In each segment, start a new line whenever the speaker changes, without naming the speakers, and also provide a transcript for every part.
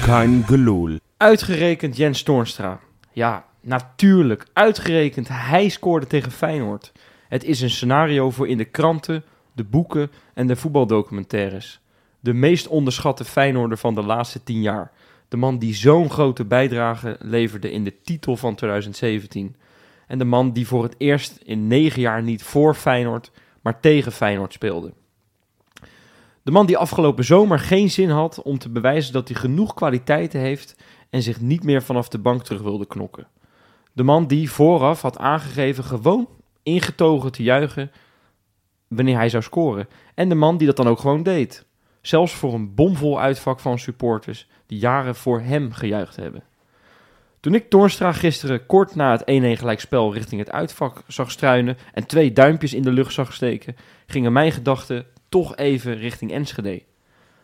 Kein gelul.
Uitgerekend Jens Toornstra. Ja, natuurlijk. Uitgerekend hij scoorde tegen Feyenoord. Het is een scenario voor in de kranten, de boeken en de voetbaldocumentaires. De meest onderschatte Feyenoorder van de laatste tien jaar. De man die zo'n grote bijdrage leverde in de titel van 2017. En de man die voor het eerst in negen jaar niet voor Feyenoord, maar tegen Feyenoord speelde. De man die afgelopen zomer geen zin had om te bewijzen dat hij genoeg kwaliteiten heeft en zich niet meer vanaf de bank terug wilde knokken. De man die vooraf had aangegeven gewoon ingetogen te juichen wanneer hij zou scoren. En de man die dat dan ook gewoon deed. Zelfs voor een bomvol uitvak van supporters die jaren voor hem gejuicht hebben. Toen ik Toornstra gisteren kort na het 1-1 gelijkspel richting het uitvak zag struinen en twee duimpjes in de lucht zag steken, gingen mijn gedachten toch even richting Enschede.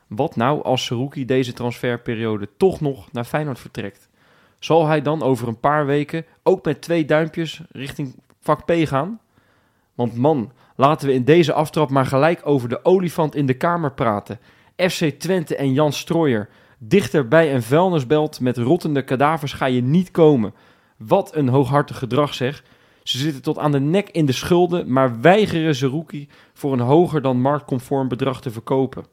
Wat nou als Seruki deze transferperiode toch nog naar Feyenoord vertrekt? Zal hij dan over een paar weken ook met twee duimpjes richting vak P gaan? Want man, laten we in deze aftrap maar gelijk over de olifant in de kamer praten. FC Twente en Jan Strooijer. Dichter bij een vuilnisbelt met rottende kadavers ga je niet komen. Wat een hooghartig gedrag zeg. Ze zitten tot aan de nek in de schulden, maar weigeren Zerouki voor een hoger dan marktconform bedrag te verkopen.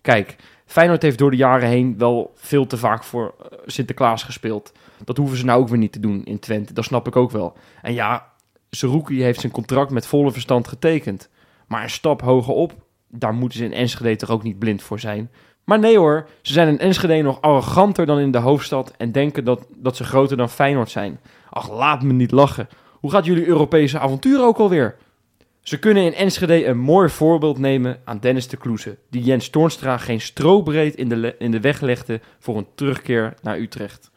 Kijk, Feyenoord heeft door de jaren heen wel veel te vaak voor eh, Sinterklaas gespeeld. Dat hoeven ze nou ook weer niet te doen in Twente, dat snap ik ook wel. En ja, Zerouki heeft zijn contract met volle verstand getekend. Maar een stap hoger op, daar moeten ze in Enschede toch ook niet blind voor zijn. Maar nee hoor, ze zijn in Enschede nog arroganter dan in de hoofdstad en denken dat, dat ze groter dan Feyenoord zijn. Ach, laat me niet lachen. Hoe gaat jullie Europese avontuur ook alweer? Ze kunnen in Enschede een mooi voorbeeld nemen aan Dennis de Kloeze, die Jens Toornstra geen strobreed in de, le- in de weg legde voor een terugkeer naar Utrecht.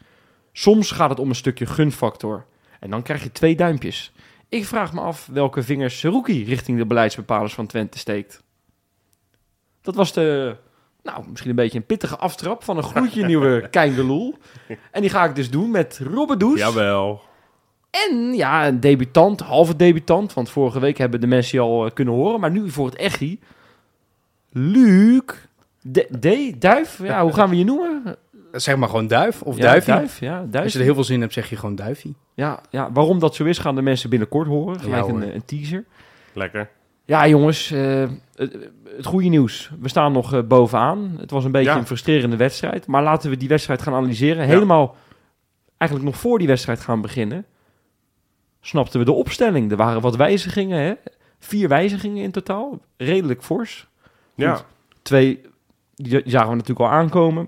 Soms gaat het om een stukje gunfactor. En dan krijg je twee duimpjes. Ik vraag me af welke vingers Seruki richting de beleidsbepalers van Twente steekt. Dat was de, nou, misschien een beetje een pittige aftrap van een gloedje nieuwe Keingeloel. En die ga ik dus doen met Robbe Does.
Jawel.
En ja, een debutant, halve debutant. Want vorige week hebben de mensen je al eh, kunnen horen. Maar nu voor het echtie. Luc. D, D, Duif? Ja, hoe gaan we je noemen?
Zeg maar gewoon duif of
Ja,
duifie.
Duif, ja,
Als
Duif.
je er heel veel zin in hebt, zeg je gewoon duifie.
Ja, ja, waarom dat zo is, gaan de mensen binnenkort horen. Gelijk
Ja,
een,
hoor.
eh, een teaser.
Lekker.
Ja, jongens, eh, het, het goede nieuws. We staan nog eh, bovenaan. Het was een beetje
Ja.
een frustrerende wedstrijd. Maar laten we die wedstrijd gaan analyseren. Helemaal eigenlijk nog voor die wedstrijd gaan beginnen. Snapten we de opstelling. Er waren wat wijzigingen. Hè? Vier wijzigingen in totaal. Redelijk fors.
Ja.
Twee die die zagen we natuurlijk al aankomen.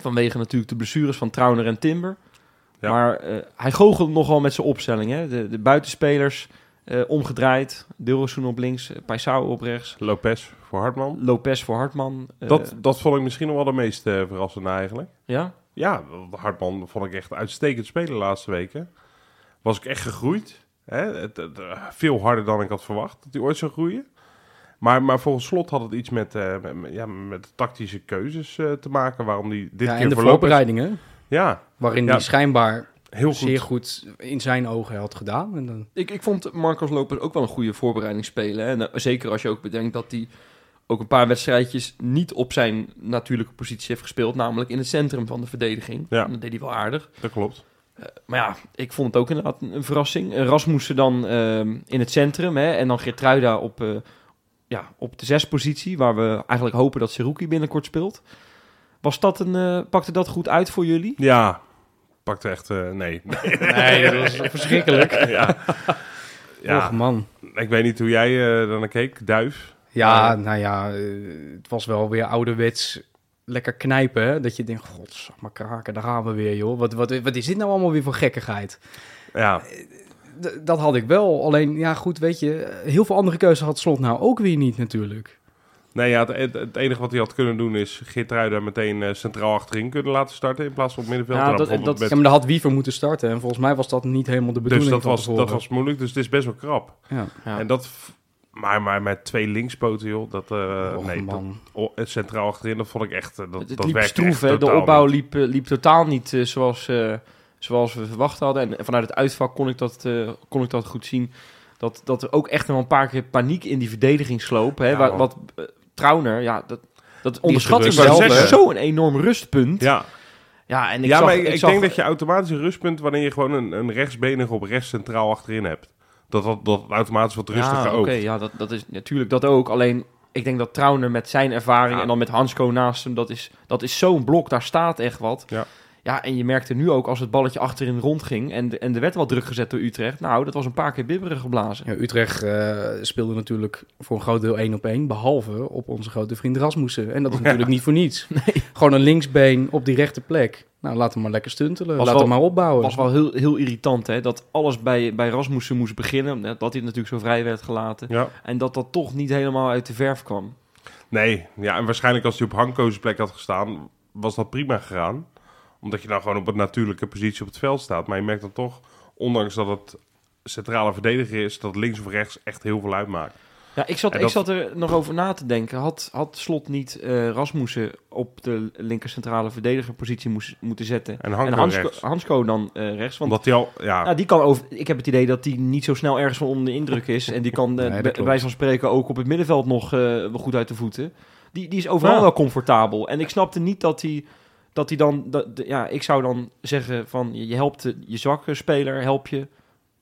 Vanwege natuurlijk de blessures van Trauner en Timber.
Ja.
Maar eh, hij goochelde nogal met zijn opstelling. Hè? De, de buitenspelers eh, omgedraaid. Dilrosun op links, eh, Paisao op rechts.
Lopez voor Hartman.
Lopez voor Hartman. eh,
Dat, dat vond ik misschien nog wel de meest eh, verrassende eigenlijk.
ja?
Ja, want Hartman vond ik echt uitstekend spelen de laatste weken. Was ik echt gegroeid. Hè? Het, het, eh, veel harder dan ik had verwacht dat hij ooit zou groeien. Maar, maar volgens slot had het iets met, eh, met- met- ja, met tactische keuzes eh, te maken. Waarom die dit
Ja,
keer
en de
voor Lopez-
voorbereidingen,
Ja,
waarin
Ja.
hij schijnbaar
heel goed.
zeer goed in zijn ogen had gedaan. En dan,
Ik, ik vond Marcos Lopez ook wel een goede voorbereiding spelen. hè. En eh, zeker als je ook bedenkt dat hij ook een paar wedstrijdjes niet op zijn natuurlijke positie heeft gespeeld. Namelijk in het centrum van de verdediging.
Ja.
Dat deed hij wel aardig.
Dat klopt.
Maar ja, ik vond het ook inderdaad een verrassing. Eh, Rasmussen dan ehm, in het centrum hè, en dan Gertruida op, eh, ja, op de zespositie, waar we eigenlijk hopen dat Seruki binnenkort speelt. Was dat een, eh, pakte dat goed uit voor jullie?
Ja, pakte echt... eh, nee.
nee, dat was verschrikkelijk.
ja.
Ja.
ja,
man.
ik weet niet hoe jij eh, daar naar keek. Duif.
Ja,
Ja.
nou ja, eh, het was wel weer ouderwets lekker knijpen. Hè? Dat je denkt, god, maar kraken, daar gaan we weer, joh. Wat, wat, wat is dit nou allemaal weer voor gekkigheid?
Ja,
D- dat had ik wel. Alleen, ja goed, weet je, eh, heel veel andere keuzes had Slot nou ook weer niet natuurlijk.
Nee, ja, het, het, het enige wat hij had kunnen doen is Geertruida meteen eh, centraal achterin kunnen laten starten in plaats van op middenveld.
Ja,
En dan
dat-
bijvoorbeeld
dat-
Ja,
met-
maar daar had Wiever moeten starten. En volgens mij was dat niet helemaal de
dus
bedoeling
dat
van
was,
tevoren.
dat was moeilijk, dus het is best wel krap.
Ja.
Ja.
En dat, v- maar, maar met twee linkspoten, joh, dat, eh,
Och,
nee, dat-
man.
o- het centraal achterin, dat vond ik echt, eh, dat,
het het
dat
liep
werkte
stroef,
echt
hè? de
totaal
opbouw
niet.
liep, eh, liep totaal niet eh, zoals, eh, zoals we verwacht hadden. En vanuit het uitvak kon ik dat, eh, kon ik dat goed zien. Dat, dat er ook echt wel een paar keer paniek in die verdediging sloop. Hè?
Ja,
Wa-
man.
wat eh, Trauner, ja, dat, Dat onderschatten
gerust.
zelf
Ik wou
zo'n enorm rustpunt. Ja,
Ja,
en ik
ja
zag,
maar ik, ik
zag-
denk dat je automatisch een rustpunt... wanneer je gewoon een, een rechtsbenig op rechts centraal achterin hebt. Dat dat, dat automatisch wat rustiger
ja,
ook.
oké, ja, dat, dat is natuurlijk dat ook. Alleen, ik denk dat Trauner met zijn ervaring
Ja.
en dan met Hansko naast hem, dat is, dat is zo'n blok, daar staat echt wat.
Ja.
ja, en je merkte nu ook als het balletje achterin rondging en, de- en er werd wel druk gezet door Utrecht. Nou, dat was een paar keer bibberen geblazen.
Ja, Utrecht eh, speelde natuurlijk voor een groot deel één op één, behalve op onze grote vriend Rasmussen. En dat is natuurlijk niet voor niets. Gewoon een linksbeen op die rechte plek. Nou, laat hem maar lekker stuntelen.
Was
laat
wel-
hem maar opbouwen.
was wel heel, heel irritant, hè? Dat alles bij, bij Rasmussen moest beginnen, net dat hij natuurlijk zo vrij werd gelaten.
Ja.
En dat dat toch niet helemaal uit de verf kwam.
Nee, ja, en waarschijnlijk als hij op Hanko's plek had gestaan, was dat prima gegaan. Omdat je dan gewoon op een natuurlijke positie op het veld staat. Maar je merkt dan toch, ondanks dat het centrale verdediger is, dat links of rechts echt heel veel uitmaakt.
Ja, ik zat,
En
ik
dat-
zat er nog over na te denken. Had, had Slot niet eh, Rasmussen op de linker centrale verdedigerpositie moest, moeten zetten?
En Hanko
en Hansko,
rechts.
Hansko dan eh, rechts. Want
Omdat hij al, ja,
nou, die kan over, ik heb het idee dat die niet zo snel ergens van onder de indruk is. En die kan eh,
Nee, dat
bij-
klopt.
bij zo'n spreken ook op het middenveld nog eh, wel goed uit de voeten. Die, die is overal
Ja.
wel comfortabel. En ik snapte niet dat hij dat die dan... Dat, de- ja, ik zou dan zeggen van je je helpt de- je zwakke speler, help je...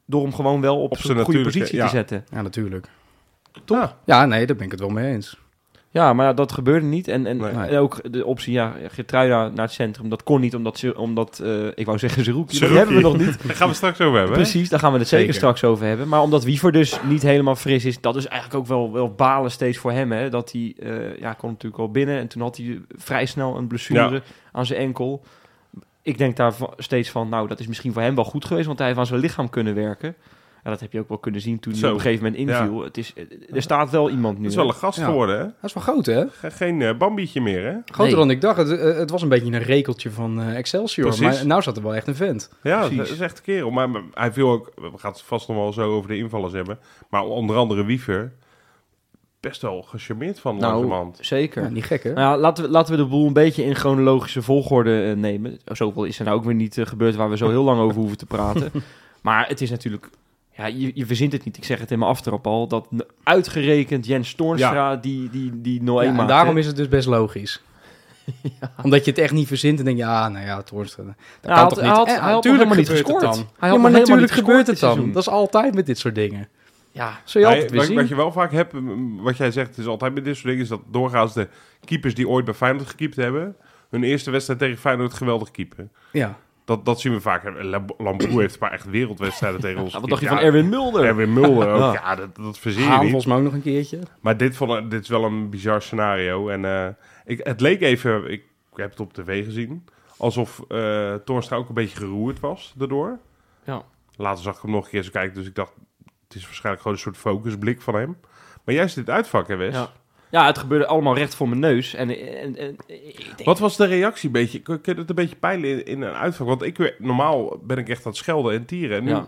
Door hem gewoon wel op,
Op
zijn
zijn
goede
natuurlijke,
positie
ja.
te zetten.
Ja, natuurlijk.
toch?
Ja, nee, daar ben ik het wel mee eens.
Ja, maar ja, dat gebeurde niet. En, en,
Nee.
en ook de optie, ja, Getruida naar het centrum, dat kon niet, omdat, ze, omdat eh, ik wou zeggen Zeroekje, dat
Zerouki.
hebben we nog niet.
Daar gaan we straks over hebben. hè?
Precies, daar gaan we het zeker,
Zeker.
straks over hebben. Maar omdat Wiever dus niet helemaal fris is, dat is eigenlijk ook wel, wel balen steeds voor hem. Hè? Dat hij, eh ja, kwam natuurlijk al binnen en toen had hij vrij snel een blessure aan zijn enkel. Ik denk daar va- steeds van, nou, dat is misschien voor hem wel goed geweest, want hij heeft aan zijn lichaam kunnen werken. En dat heb je ook wel kunnen zien toen hij
Zo.
op een gegeven moment inviel. Het is, eh, er staat wel iemand nu.
Dat is
hè?
wel een gast
Ja.
geworden, hè?
Dat is wel groot, hè?
Ge- Geen eh, bambietje meer, hè?
Groter
Nee.
dan ik dacht. Het, eh, het was een beetje een rekeltje van eh, Excelsior.
Precies.
Maar nou zat er wel echt een vent.
Ja,
Precies.
dat is echt een kerel. Maar maar hij viel ook, we gaan het vast nog wel zo over de invallers hebben. Maar onder andere Wiever, best wel gecharmeerd van
Nou,
langzamerhand.
Zeker.
Ja, niet gek, hè?
Nou ja, laten, we, laten we de boel een beetje in chronologische volgorde eh, nemen. Zoveel is er nou ook weer niet eh, gebeurd waar we zo heel lang over hoeven te praten. Maar het is natuurlijk... Ja, je, je verzint het niet. Ik zeg het in mijn aftrap al. Dat n- uitgerekend Jens Toornstra die, die, die 0-1
Ja, en
maakt.
daarom
hè.
is het dus best logisch. Omdat je het echt niet verzint en denkt, ja, nou ja, Toornstra, dat
hij
kan
had-
toch
hij
niet?
had-
Eh,
hij had nog
tuurlijk
helemaal niet
gebeurt het
gescoord.
dan.
Hij had nog
ja, maar
helemaal
natuurlijk
niet
gebeurt
gescoord
het
dit
dan.
seizoen.
Dat is altijd met dit soort dingen.
Ja,
Zul
Nee,
je altijd weer
wat,
zien.
wat je wel vaak hebt, m, wat jij zegt, is altijd met dit soort dingen, is dat doorgaans de keepers die ooit bij Feyenoord gekiept hebben, hun eerste wedstrijd tegen Feyenoord geweldig keepen.
Ja.
Dat, dat zien we vaak. En Lam- Lamproe heeft een paar echt wereldwedstrijden tegen ons.
Ja, wat dacht je
gekiept.
van
eh,
Erwin Mulder?
Ja, Erwin Mulder ook.
Ja.
Ja, dat, dat verzin je
Haan
niet.
volgens mij ook nog een keertje.
Maar dit, vond, dit is wel een bizar scenario. En eh, ik, het leek even, ik heb het op tv gezien, alsof eh Torstra ook een beetje geroerd was daardoor.
Ja.
Later zag ik hem nog een keer zo kijken, dus ik dacht, het is waarschijnlijk gewoon een soort focusblik van hem. Maar jij zit uitvak, hè Wes?
Ja. ja, het gebeurde allemaal recht voor mijn neus. En, en, en- ik denk-
Wat was de reactie een beetje? Kun kun je het een beetje peilen in, in een uitvak? Want ik, weer- normaal ben ik echt aan het schelden en tieren. En nu,
Ja.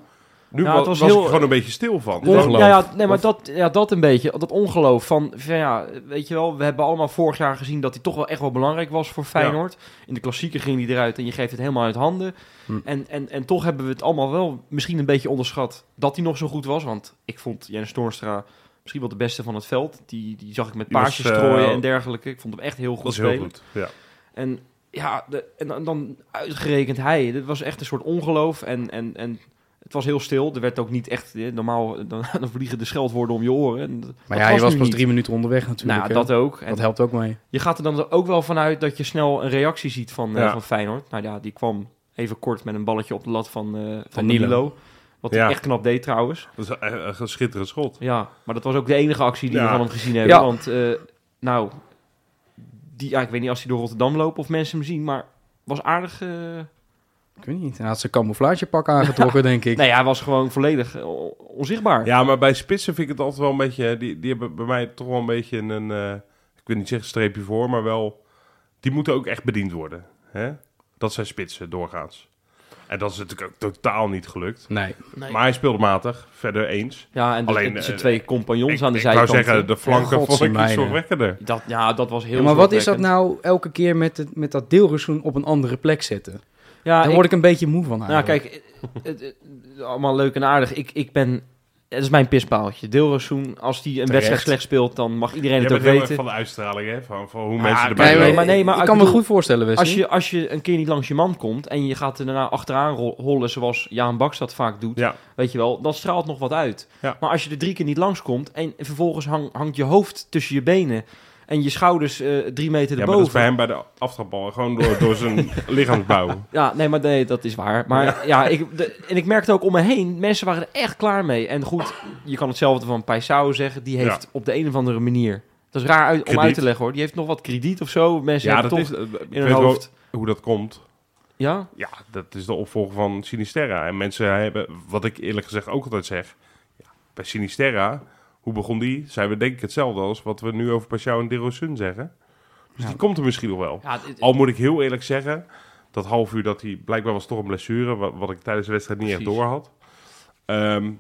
nu
Ja,
wa-
het was
was,
heel-
ik er gewoon een beetje stil van.
Ongeloof.
Gewoon-
Ja, ja, nee, maar dat, ja, dat een beetje. Dat ongeloof van, van, ja, weet je wel, we hebben allemaal vorig jaar gezien dat hij toch wel echt wel belangrijk was voor Feyenoord. In de klassieke ging hij eruit en je geeft het helemaal uit handen.
Hm.
En, en, en toch hebben we het allemaal wel misschien een beetje onderschat dat hij nog zo goed was. Want ik vond Jens Toornstra misschien wel de beste van het veld. Die, die zag ik met
Die was,
paasjes
eh,
strooien en dergelijke. Ik vond hem echt heel goed
Dat is
spelen.
heel goed. Ja.
En ja, de, en dan, dan uitgerekend hij. Dit was echt een soort ongeloof. En, en, en het was heel stil. Er werd ook niet echt... eh, Normaal eh, dan, dan vliegen de scheldwoorden om je oren. En dat-
Maar
dat
ja, je was
nu
pas
niet.
drie minuten onderweg natuurlijk.
Nou,
hè.
dat ook. En
dat helpt ook mee.
je gaat er dan ook wel vanuit dat je snel een reactie ziet van, eh,
Ja.
van Feyenoord. Nou ja, die kwam even kort met een balletje op de lat van, eh, van,
Van
Nilo.
Nilo.
Wat hij
Ja.
echt knap deed trouwens.
Dat is een, een schitterend schot.
Ja, maar dat was ook de enige actie die we
Ja.
van hem gezien hebben.
Ja.
Want, eh, nou, die, ja, ik weet niet als hij door Rotterdam loopt of mensen hem zien, maar was aardig... eh,
Ik weet niet. Hij had zijn camouflagepak aangetrokken, denk ik.
Nee, hij was gewoon volledig eh, on- onzichtbaar.
Ja, maar bij spitsen vind ik het altijd wel een beetje... Die, die hebben bij mij toch wel een beetje een... eh, ik wil niet zeggen streepje voor, maar wel... Die moeten ook echt bediend worden. Hè? Dat zijn spitsen doorgaans. En dat is natuurlijk ook totaal niet gelukt.
Nee.
Maar hij speelde matig. Verder eens.
Ja, en dus
Alleen,
zijn
eh,
twee compagnons
ik,
aan de
ik
zijkant.
zou zeggen, de flanken
Ja,
vond ik
godzijdank.
iets zorgwekkender.
dat, ja, dat was heel
Ja, maar wat is dat
zorgwekkend.
nou elke keer met, het, met dat deelrezoen op een andere plek zetten?
Ja,
Daar
ik-
word nou? ik een beetje moe van
nou,
eigenlijk.
kijk, eh, het- het- allemaal leuk en aardig. Ik, ik ben dat is mijn pispaaltje. Deelrozoen, als die een
Terecht.
wedstrijd slecht speelt, dan mag iedereen
Je
het ook
bent heel erg
weten.
van de uitstraling, hè? Van, van hoe
Ja,
mensen
kijk,
erbij
maar-
lopen.
maar nee, maar
ik
ik
kan me
bedoel,
goed voorstellen, Wesley.
Als je, als je een keer niet langs je man komt en je gaat er daarna achteraan rol- hollen zoals Jaan Baks dat vaak doet,
Ja.
weet je wel, dan straalt nog wat uit.
Ja.
Maar als je er drie keer niet langs komt en vervolgens hang- hangt je hoofd tussen je benen en je schouders eh, drie meter
Ja, maar dat is bij
erboven.
hem bij de aftrapbal. Gewoon door, door zijn lichaamsbouw.
Ja, nee, maar nee, dat is waar. Maar ja, ik, de- en ik merkte ook om me heen, mensen waren er echt klaar mee. En goed, je kan hetzelfde van Paisao zeggen, die heeft op de een of andere manier, dat is raar uit, om
Krediet.
uit te leggen hoor, die heeft nog wat krediet of zo. Mensen
Ja, dat
hebben
is...
toch
eh, ik
in
weet
hun
wel
hoofd.
hoe dat komt.
Ja?
Ja, dat is de opvolger van Sinisterra. En mensen hebben, wat ik eerlijk gezegd ook altijd zeg... ja, bij Sinisterra, hoe begon die? Zijn we denk ik hetzelfde als wat we nu over Pashao en Derosun zeggen. Dus
Ja.
die komt er misschien nog wel.
ja het-
Al moet ik heel eerlijk zeggen, dat half uur dat hij blijkbaar was toch een blessure, wat, wat ik tijdens de wedstrijd niet echt
Precies.
door had. Ehm,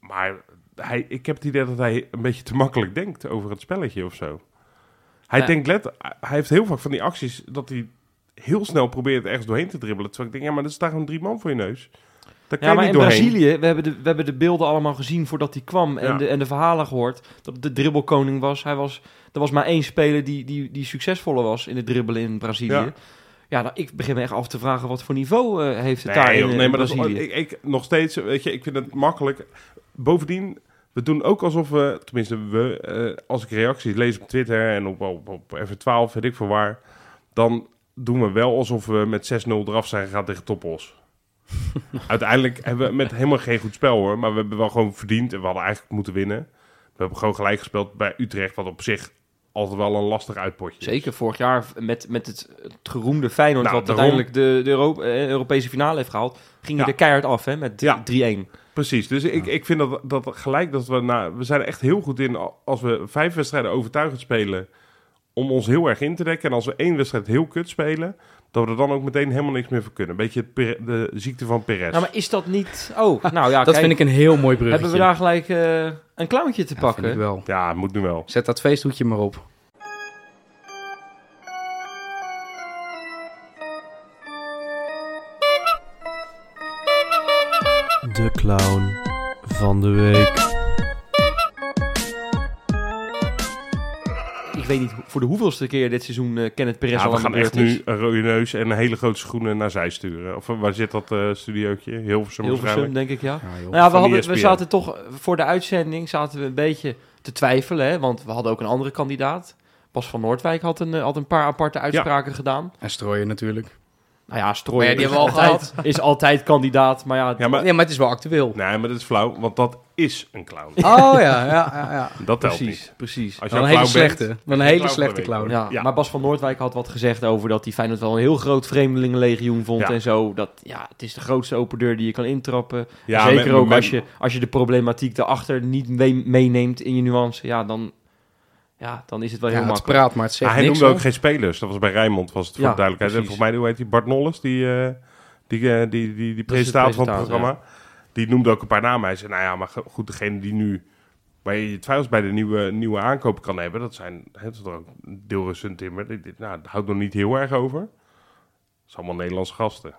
maar hij, ik heb het idee dat hij een beetje te makkelijk denkt over het spelletje of zo. Hij
Ja.
denkt let, hij heeft heel vaak van die acties dat hij heel snel probeert ergens doorheen te dribbelen. Terwijl ik denk, ja, maar er staan gewoon drie man voor je neus. Daar kan
Ja,
je
maar
niet
in
doorheen.
Brazilië, we hebben, de, we hebben de beelden allemaal gezien voordat hij kwam. En,
Ja.
de, en de verhalen gehoord dat het de dribbelkoning was. Hij was. Er was maar één speler die, die, die succesvoller was in het dribbelen in Brazilië. Ja,
Ja.
nou, ik begin me echt af te vragen wat voor niveau eh, heeft het daar
joh,
in, eh,
nee, maar dat is,
Brazilië.
ik, ik nog steeds, weet je, ik vind het makkelijk. Bovendien, we doen ook alsof we, tenminste we, eh, als ik reacties lees op Twitter en op, op, op F12, weet ik veel waar, dan doen we wel alsof we met 6-0 eraf zijn gegaan tegen Toppos. Uiteindelijk hebben we met helemaal geen goed spel hoor, maar we hebben wel gewoon verdiend en we hadden eigenlijk moeten winnen. We hebben gewoon gelijk gespeeld bij Utrecht, wat op zich altijd wel een lastig uitpotje is.
Zeker vorig jaar met, met het, het geroemde Feyenoord,
Nou,
wat
daarom.
uiteindelijk de, de Euro- eh, Europese finale heeft gehaald, ging je
Ja.
er keihard af hè, met
Ja.
3-1.
Precies, dus ik, ik vind dat, dat gelijk dat we... Nou, we zijn er echt heel goed in al- als we vijf wedstrijden overtuigend spelen... om ons heel erg in te dekken. En als we één wedstrijd heel kut spelen... dat we er dan ook meteen helemaal niks meer voor kunnen. Beetje het Pere- de ziekte van Perez.
Nou, maar is dat niet... Oh, nou ja,
dat
kijk,
vind ik een heel mooi bruggetje.
hebben we daar gelijk eh, een clowntje te
Ja,
pakken?
vind ik wel.
Ja, moet nu wel.
Zet dat feesthoedje maar op.
De clown van de week.
Ik weet niet hoe- voor de hoeveelste keer dit seizoen eh Kenneth Perez
Ja,
al
we
aan de
gaan
beurt
echt
is.
nu een rode neus en een hele grote schoenen naar zij sturen. Of eh, waar zit dat eh studiootje? Hilversum
Hilversum,
waarschijnlijk.
denk ik, ja.
Ja, joh.
Nou ja, we,
Van
hadden, we
ESPN.
zaten toch eh, voor de uitzending zaten we een beetje te twijfelen, hè, want we hadden ook een andere kandidaat. Bas van Noordwijk had een, eh, had een paar aparte uitspraken gedaan.
En strooien natuurlijk.
Nou ja,
Maar
Strooijer
ja, die
is,
hebben we al
altijd- is altijd kandidaat, maar ja,
Ja, maar,
Nee, maar het is wel actueel.
nee, maar dat is flauw, want dat is een clown.
Oh ja, ja, ja. ja.
Dat telt
precies,
niet.
precies.
Als
Dan een
clown
hele
bent-
slechte. Dan een
je
hele
clown
slechte
van de
clown.
week.
Ja,
Ja.
Maar Bas van Noordwijk had wat gezegd over dat hij Feyenoord wel een heel groot vreemdelingenlegioen vond
Ja.
en zo. Dat, ja, het is de grootste open deur die je kan intrappen.
Ja,
Zeker
men-
ook
men-
als, je, als je de problematiek daarachter niet mee- meeneemt in je nuance. Ja, dan, ja, dan is het wel
Ja,
heel
het
makkelijk.
praat, maar het zegt
Maar hij
niks.
noemde ook
hoor.
geen spelers. Dat was bij Rijnmond, was het voor
Ja,
de duidelijkheid. En
precies.
volgens mij, hoe heet die? Bart Nolles, die, eh, die, eh, die, die, die
de
presentator van het
presentator,
programma. Die noemde ook een paar namen. Hij zei, nou ja, maar ge- goed, degene die nu... Waar je je twijfels bij de nieuwe, nieuwe aankoop kan hebben... Dat zijn, hè, dat er ook Deelrus en Timmer. Die- die- Nou, dat houdt nog niet heel erg over. Dat is allemaal Nederlandse gasten.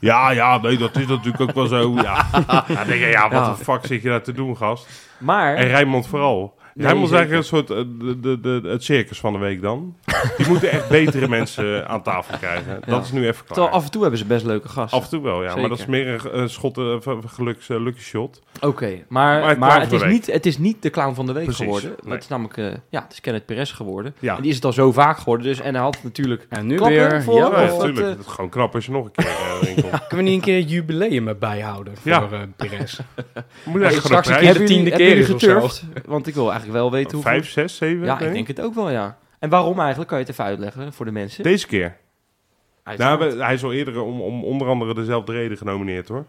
Ja, ja, nee, dat is natuurlijk ook wel zo. Ja, ja dan denk je, ja wat
Ja.
de fuck zit je daar te doen, gast?
Maar,
En Rijnmond vooral.
Nee,
Rijnmond is eigenlijk een soort eh, de, de, de, het circus van de week dan. Die moeten echt betere mensen aan tafel krijgen.
Ja.
Dat is nu even klaar.
terwijl
Af,
af en toe hebben ze best leuke gasten.
en toe wel, ja.
Zeker.
Maar dat is meer een, een schot, eh, van- van geluks, eh, lucky shot.
Oké, maar,
Maar
maar,
het clown
het,
van
is
de week.
niet, het is niet de clown van de week
Precies,
geworden.
nee.
Het is namelijk, eh, ja, het is Kenneth Perez geworden.
Ja.
En die is het al zo vaak geworden. Dus, en hij had natuurlijk...
En nu
Klappen
weer.
voor-
Ja,
Ja,
Oh, wat,
natuurlijk.
eh.
Het is gewoon knap als je nog een keer eh, erin komt.
Kunnen we niet een keer een jubileum erbij houden voor
Ja.
eh, Perez?
Moet je eigenlijk gewoon
straks
een
een
prijs...
de tiende
hebben
keer
jullie
is of
geturfd? Want ik wil eigenlijk wel weten hoeveel...
Vijf, zes, zeven?
Ja, ik
weet
denk het ook wel, ja. En waarom eigenlijk? Kan je het even uitleggen voor de mensen?
Deze keer.
Uiteraard.
Nou, we- hij is al eerder om, om onder andere dezelfde reden genomineerd hoor.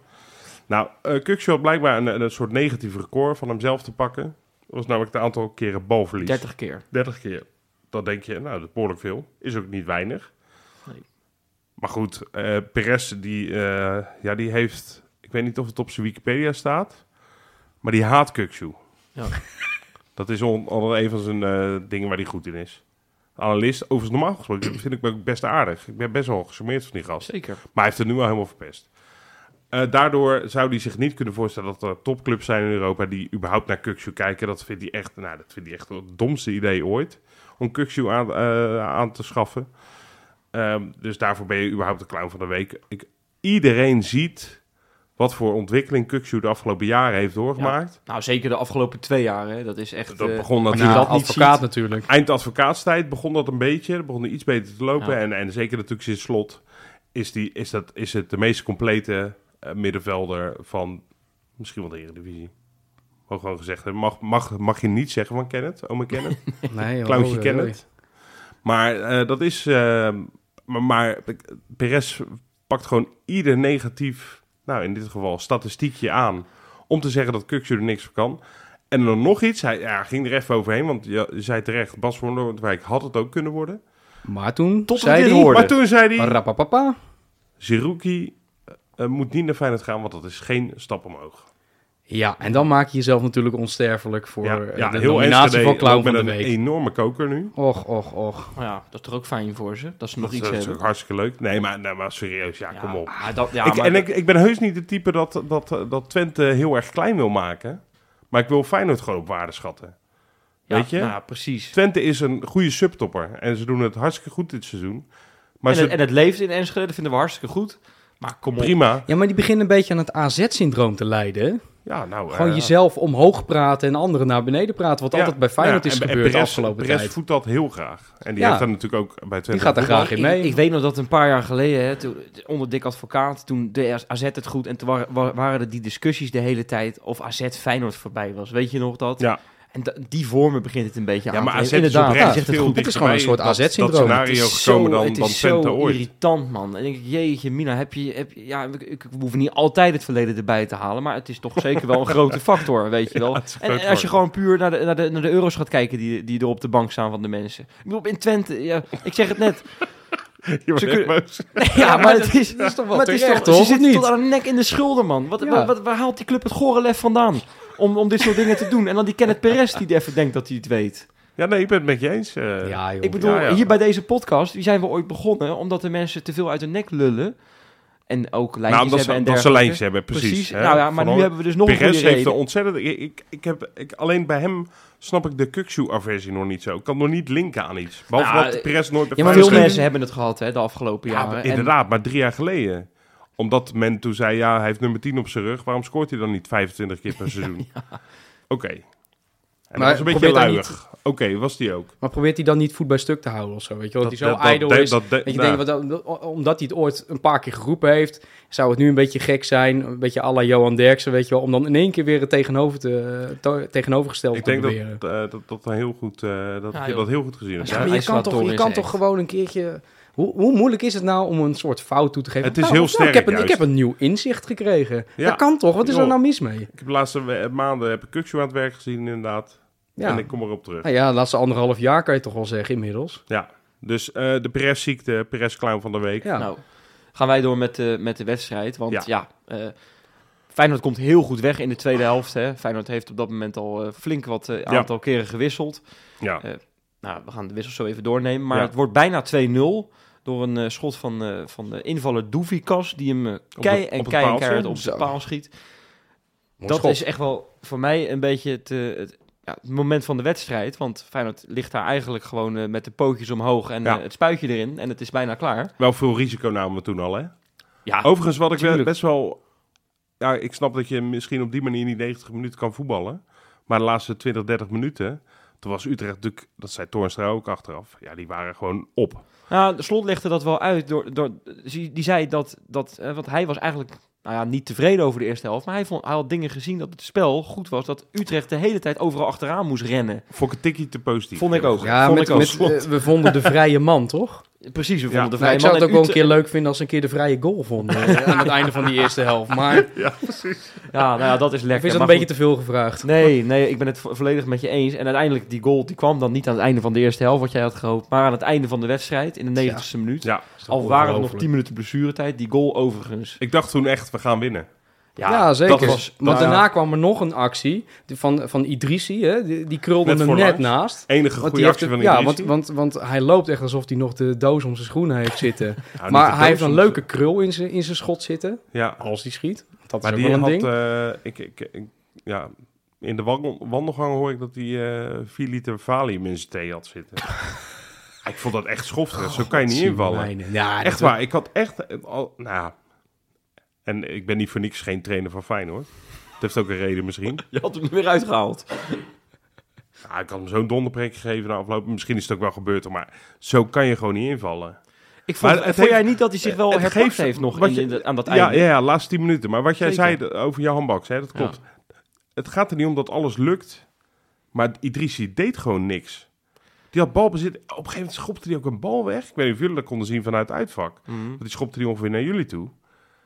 Nou, eh Kukshow had blijkbaar een, een soort negatief record van hemzelf te pakken. Dat was namelijk het aantal keren balverlies.
30 keer.
30 keer. Dan denk je, nou, dat is behoorlijk veel. Is ook niet weinig.
Nee.
Maar goed, eh Perez, die, eh, ja, die heeft... Ik weet niet of het op zijn Wikipedia staat. Maar die haat Kukshoe.
Ja.
Dat is on- onder een van zijn eh, dingen waar hij goed in is. Analist, overigens normaal gesproken, dat vind ik ook best aardig. Ik ben best wel gecharmeerd van die gast.
Zeker.
Maar hij heeft het nu al helemaal verpest. Eh, daardoor zou hij zich niet kunnen voorstellen dat er topclubs zijn in Europa die überhaupt naar Kukshu kijken. Dat vindt hij echt, nou, dat vindt hij echt het domste idee ooit om Kukshu aan, eh, aan te schaffen. Ehm, dus daarvoor ben je überhaupt de clown van de week. Ik, iedereen ziet wat voor ontwikkeling Kukshu de afgelopen jaren heeft doorgemaakt.
Nou, zeker de afgelopen twee jaar, hè. Dat is echt...
dat
eh,
begon
Als
natuurlijk
je
Nou,
dat niet
advocaat
ziet, natuurlijk.
eind advocaatstijd begon dat een beetje. Dan begon hij iets beter te lopen.
Ja.
En, en zeker natuurlijk sinds slot is, die, is, dat, is het de meest complete eh, middenvelder van misschien wel de Eredivisie. Ook gewoon gezegd, hebben. mag, mag, mag je niet zeggen van Kenneth, oma Kenneth.
Nee, joh,
Clowntje
oh,
Kenneth. Maar eh, dat is... eh, maar, maar Perez pakt gewoon ieder negatief, nou in dit geval, statistiekje aan... om te zeggen dat Kukje er niks van kan. En dan nog iets, hij ja, ging er even overheen... want je, je zei terecht, Bas van Noordwijk had het ook kunnen worden.
joh. Maar toen
Tot
zei
we dit
hij...
hoorden.
Maar toen zei hij,
Rapapapa.
Zerouki eh, moet niet naar Feyenoord gaan... want dat is geen stap omhoog.
Ja, en dan maak je jezelf natuurlijk onsterfelijk voor
ja,
eh,
ja,
de
heel
nominatie
Enschede
van Clown
loopt
van
met
de
een
Week.
enorme koker nu...
Och, och, och.
nou ja, dat is toch ook fijn voor ze? Dat ze nog
Dat is
iets hebben.
natuurlijk hartstikke leuk. Nee, maar, nee, maar serieus, ja, kom op.
maar dat, ja,
ik,
maar
en ik, ik ben heus niet de type dat, dat, dat Twente heel erg klein wil maken. Maar ik wil Feyenoord gewoon op waarde schatten.
ja,
weet je?
nou ja, precies.
Twente is een goede subtopper. En ze doen het hartstikke goed dit seizoen. Maar
en,
ze,
het, en het leeft in Enschede, dat vinden we hartstikke goed. Maar kom op.
prima.
Ja, maar die beginnen een beetje aan het AZ-syndroom te lijden. hè?
Ja, nou,
Gewoon
eh,
jezelf omhoog praten en anderen naar beneden praten. Wat
ja,
altijd bij Feyenoord
nou
is
ja, en- en
gebeurd de
Perez-
afgelopen
Perez
tijd.
voedt dat heel graag. En die
Ja.
heeft daar natuurlijk ook bij Twente...
Die gaat daar
voetbal.
graag in mee.
Ik, ik weet nog dat een paar jaar geleden, hè, toen, onder Dick Advocaat, toen de AZ het goed en toen wa- wa- waren er die discussies de hele tijd of AZ Feyenoord voorbij was. Weet je nog dat?
Ja.
En da- die vormen begint het een beetje
Ja,
aan
maar
te
AZ
nemen.
is
Inderdaad.
oprecht
zegt het
veel
goed. Het is gewoon een
dichterbij
soort
dat-
AZ-syndroom.
Dat
Het
scenario
is
gekomen
zo-
dan,
het
dan
is
Twente
zo
ooit.
irritant, man. En ik denk, jeetje, Mina, heb je, heb, je- ja, ik, ik hoef niet altijd het verleden erbij te halen, maar het is toch zeker wel een grote factor, weet je wel.
het is een
en,
groot
en als je
factor.
gewoon puur naar de, naar de, naar de euro's gaat kijken die, die er op de bank staan van de mensen. Ik bedoel, in Twente, ja, ik zeg het net.
Je
Ze
wordt echt
kunnen-
boos.
ja, maar het is...
Dat is toch wel
Maar het is toch,
terecht, hoor,
ze
of
zitten
niet?
tot aan hun nek in de schulden, man. Wat,
Ja.
wat, wat- waar haalt die club het gore lef vandaan? Om, om dit soort dingen te doen. En dan die Kenneth Perez die even denkt dat hij het weet.
Ja, nee, ik ben het met je eens. eh.
Ja, joh.
Ik bedoel,
ja, ja.
hier bij deze podcast, die zijn we ooit begonnen... omdat de mensen te veel uit hun nek lullen. En ook lijntjes
nou, omdat
hebben
ze, omdat
en
ze
dergelijke.
lijntjes hebben, precies. hè.
nou ja, maar
Van-
nu hebben we dus nog een goede
Perez heeft een
reden.
ontzettend... Ik, ik, ik heb, ik, alleen bij hem snap ik de Kukshu-aversie nog niet zo. Ik kan nog niet linken aan iets. Behalve
Nou,
dat Perez nooit... bij
Ja, maar veel
Feyenoord-
mensen hebben het gehad hè, de afgelopen
Ja,
jaren.
maar
En-
inderdaad, maar drie jaar geleden. Omdat men toen zei, ja, hij heeft nummer 10 op zijn rug. Waarom scoort hij dan niet 25 keer per seizoen? Oké. En
Maar
dat was een beetje
probeert hij
luiig. Oké, was die ook.
Maar probeert hij dan niet voet bij stuk te houden of zo? Weet je wel, dat, hij zo ijdel
dat-
is.
dat- dat-
dat je
nou,
denkt, wat dan- omdat hij het ooit een paar keer geroepen heeft, zou het nu een beetje gek zijn, een beetje à la Johan Derksen, weet je wel, om dan in één keer weer het tegenover te, to- tegenovergestelde
ik
te
denk dat,
proberen.
eh, dat, dat, een heel goed, eh, dat
Ja,
je
joh.
dat heel goed gezien hebt.
Ja,
Ja,
maar
hij
je kan,
slaat door
toch, je
in
kan
zijn
toch
act.
gewoon een keertje... Hoe, hoe moeilijk is het nou om een soort fout toe te geven?
Het is
Nou,
heel
nou,
sterk,
ik, heb een, ik
juist.
heb een nieuw inzicht gekregen.
Ja.
Dat kan toch? Wat is er
Joh.
nou mis mee?
Ik heb de laatste we- maanden heb ik Kukshu aan het werk gezien, inderdaad.
Ja.
En ik kom erop terug.
Nou ja, de laatste anderhalf jaar kan je toch wel zeggen inmiddels.
Dus eh, de Perez-ziekte, Perez-clown van de week.
Ja.
Nou, gaan wij door met de, met de wedstrijd. Want ja,
Ja.
eh, Feyenoord komt heel goed weg in de tweede helft. Hè. Feyenoord heeft op dat moment al eh, flink wat eh, aantal keren gewisseld.
Ja.
Nou, we gaan de wissel zo even doornemen. Maar
Ja.
het wordt bijna 2-0 door een eh, schot van, eh, van de invaller Doevikas... die hem eh, kei
de-
en
op het
kei en
paaltje.
keihard op de
Zo.
paal schiet.
Mooi
Dat
schot.
is echt wel voor mij een beetje het, eh, het, ja, het moment van de wedstrijd. Want Feyenoord ligt daar eigenlijk gewoon eh, met de pootjes omhoog... en
Ja.
eh, het spuitje erin en het is bijna klaar.
Wel veel risico namen we toen al, hè?
Ah,
Ja,
Overigens, wat ik wel-
tuurlijk.
best wel... Ja, ik snap dat je misschien op die manier niet 90 minuten kan voetballen. Maar de laatste 20, 30 minuten... Toen was Utrecht natuurlijk... Dat zei Toornstra ook achteraf. Ja, die waren gewoon op.
Nou, de slot legde dat wel uit. Door, door, die die zei dat, dat eh, want hij was eigenlijk nou ja, niet tevreden over de eerste helft. Maar hij, vond, hij had dingen gezien dat het spel goed was. Dat Utrecht de hele tijd overal achteraan moest rennen.
Vond ik een tikkie te positief.
Vond ik ook.
Ja,
vond
met,
ik ook.
met, eh, we vonden de vrije man, toch?
Nou,
Precies, we
Ja.
vonden de
Nou,
vrije
ik zou
man
het
en
ook wel een
Utrecht-
keer leuk vinden als ze een keer de vrije goal vonden. eh, aan het einde van die eerste helft. Maar ik
Ja, nou ja, dat is
vind
lekker.
dat een
maar
beetje
goed.
te veel gevraagd.
Nee, nee, ik ben het vo- volledig met je eens. En uiteindelijk, die goal die kwam dan niet aan het einde van de eerste helft, wat jij had gehoopt. Maar aan het einde van de wedstrijd, in de 90ste minuut.
Ja.
Al waren er nog 10 minuten blessuretijd. Die goal overigens.
Ik dacht toen echt, we gaan winnen.
Ja, zeker.
dat was-
Want
nou ja.
daarna kwam er nog een actie die- van, van Idrissi. Hè? Die, die krulde
Net
hem
voor
net
langs.
naast.
Enige
Want
goede
die
actie
heeft-
van
ja,
Idrissi.
want, want, want hij loopt echt alsof hij nog de doos om zijn schoenen heeft zitten.
Nou, niet de
maar hij heeft
doos,
een
want-
leuke krul in zijn, in zijn schot zitten.
Ja,
Als hij schiet. Want Dat
maar
is ook
die
wel een
had...
ding.
eh, ik, ik, ik- ja, in de wandel- wandelgang hoor ik dat hij eh 4 liter Valium in zijn thee had zitten. ik vond dat echt schoftig. Zo kan je niet invallen.
Mijne. Ja, dat
Echt
wel.
waar, ik had echt... het al- nou, ja. en ik ben niet voor niks geen trainer van Feyenoord. Dat heeft ook een reden misschien.
Je had hem weer uitgehaald.
Ja, ik had hem zo'n donderpreek gegeven na afloop. Misschien is het ook wel gebeurd, maar zo kan je gewoon niet invallen.
Ik vond,
Maar het
vond
heeft-
jij niet dat hij zich wel
het
herpakt
geeft-
heeft nog
wat
in-
je-
in de- aan dat
Ja,
einde?
ja, ja, laatste tien minuten. Maar wat jij
Zeker.
zei over jouw handbaks, hè, dat
Ja.
klopt. Het gaat er niet om dat alles lukt. Maar Idrissi deed gewoon niks. Die had balbezit. Op een gegeven moment schopte hij ook een bal weg. Ik weet niet of jullie dat konden zien vanuit het uitvak.
Hm.
Mhm.
Want die schopte die ongeveer naar jullie toe.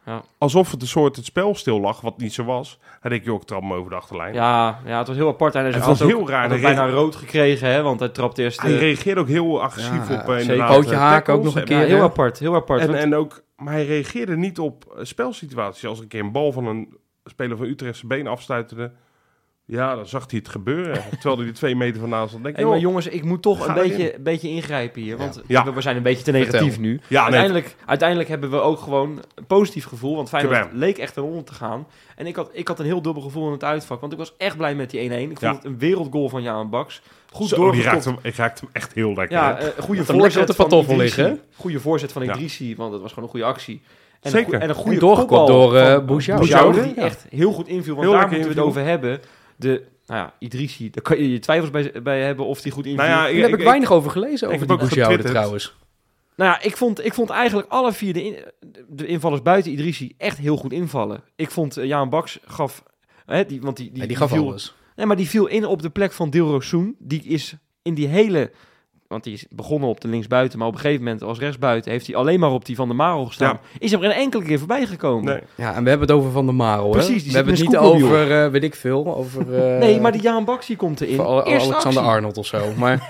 Ja.
Alsof het een soort het spel stil lag, wat niet zo was. Hij denkt, joh, ik trap hem over de achterlijn.
Ja, ja, het was heel apart. Hij
Het
had
was
ook-
heel raar.
Hij had
Hij
bijna rood gekregen, hè, want hij trapt eerst...
Hij
eh,
reageerde ook heel agressief
Ja,
op eh,
zeker.
inderdaad,
Pootje
eh,
haken
tackles
ook nog een
en-
ja,
keer,
heel
hè?
apart, heel apart.
En,
Want-
en ook, maar hij reageerde niet op eh, spelsituaties. Als een keer een bal van een speler van Utrecht zijn been afstuiterde. Ja, dan zag hij het gebeuren. Terwijl hij er twee meter van naast zat. Denk, oh. ik,
Hey, maar
joh.
jongens, ik moet toch
Ga
een
erin.
beetje, een beetje ingrijpen hier. Want
Ja.
we- we zijn een beetje te negatief
Vertel.
nu.
ja, nee,
uiteindelijk, uiteindelijk hebben we ook gewoon een positief gevoel. Want Feyenoord
Jawel.
leek echt eronder te gaan. En ik had, ik had een heel dubbel gevoel in het uitvak. Want ik was echt blij met die 1-1. Ik vond
Ja.
het een wereldgoal van Jaan Baks. Goed
zo, die
doorgekopt.
raakte hem, ik raakte hem echt heel lekker. hè.
Ja, eh, goede
hem lekker op
voorzet
de
van
pantoffel
Idrissi.
liggen,
Goede voorzet van
Ja.
Idrissi, want dat was gewoon een goede actie. En
Zeker.
Een goe- en een goede
En doorgekopt
kopbal
door, eh,
van
Bouchard.
Bouchard,
Bouchard,
die
ja.
echt heel goed inviel. Want
Heel
daar
lekker
moeten we het over hebben. De, nou ja, Idrissi, daar kan je je twijfels bij, bij hebben of die goed inviel.
nou ja,
Daar heb ik, weinig over gelezen,
ik
over
heb
die
ook
Bouchard
getwitterd.
trouwens.
Nou ja, ik vond, ik vond eigenlijk alle vier de, in- de invallers buiten Idrissi echt heel goed invallen. Ik vond eh, Jaan Baks gaf... Hè, die, want die, die,
Ja, die gaf
viel,
alles.
Nee, maar die viel in op de plek van Dilrosun. Die is in die hele... Want die is begonnen op de linksbuiten, maar op een gegeven moment als rechtsbuiten... heeft hij alleen maar op die Van der Marel gestaan. Is er geen enkele keer voorbij gekomen.
nee.
Ja, en we hebben het over Van der Marel.
Precies, die
hè?
zit
We hebben
in
het
een
niet
scootmobiel.
over, eh, weet ik veel, over... eh,
Nee, maar die Jaan Baks die komt erin.
voor Al-
Eerste
Alexander
actie.
Arnold of zo. Maar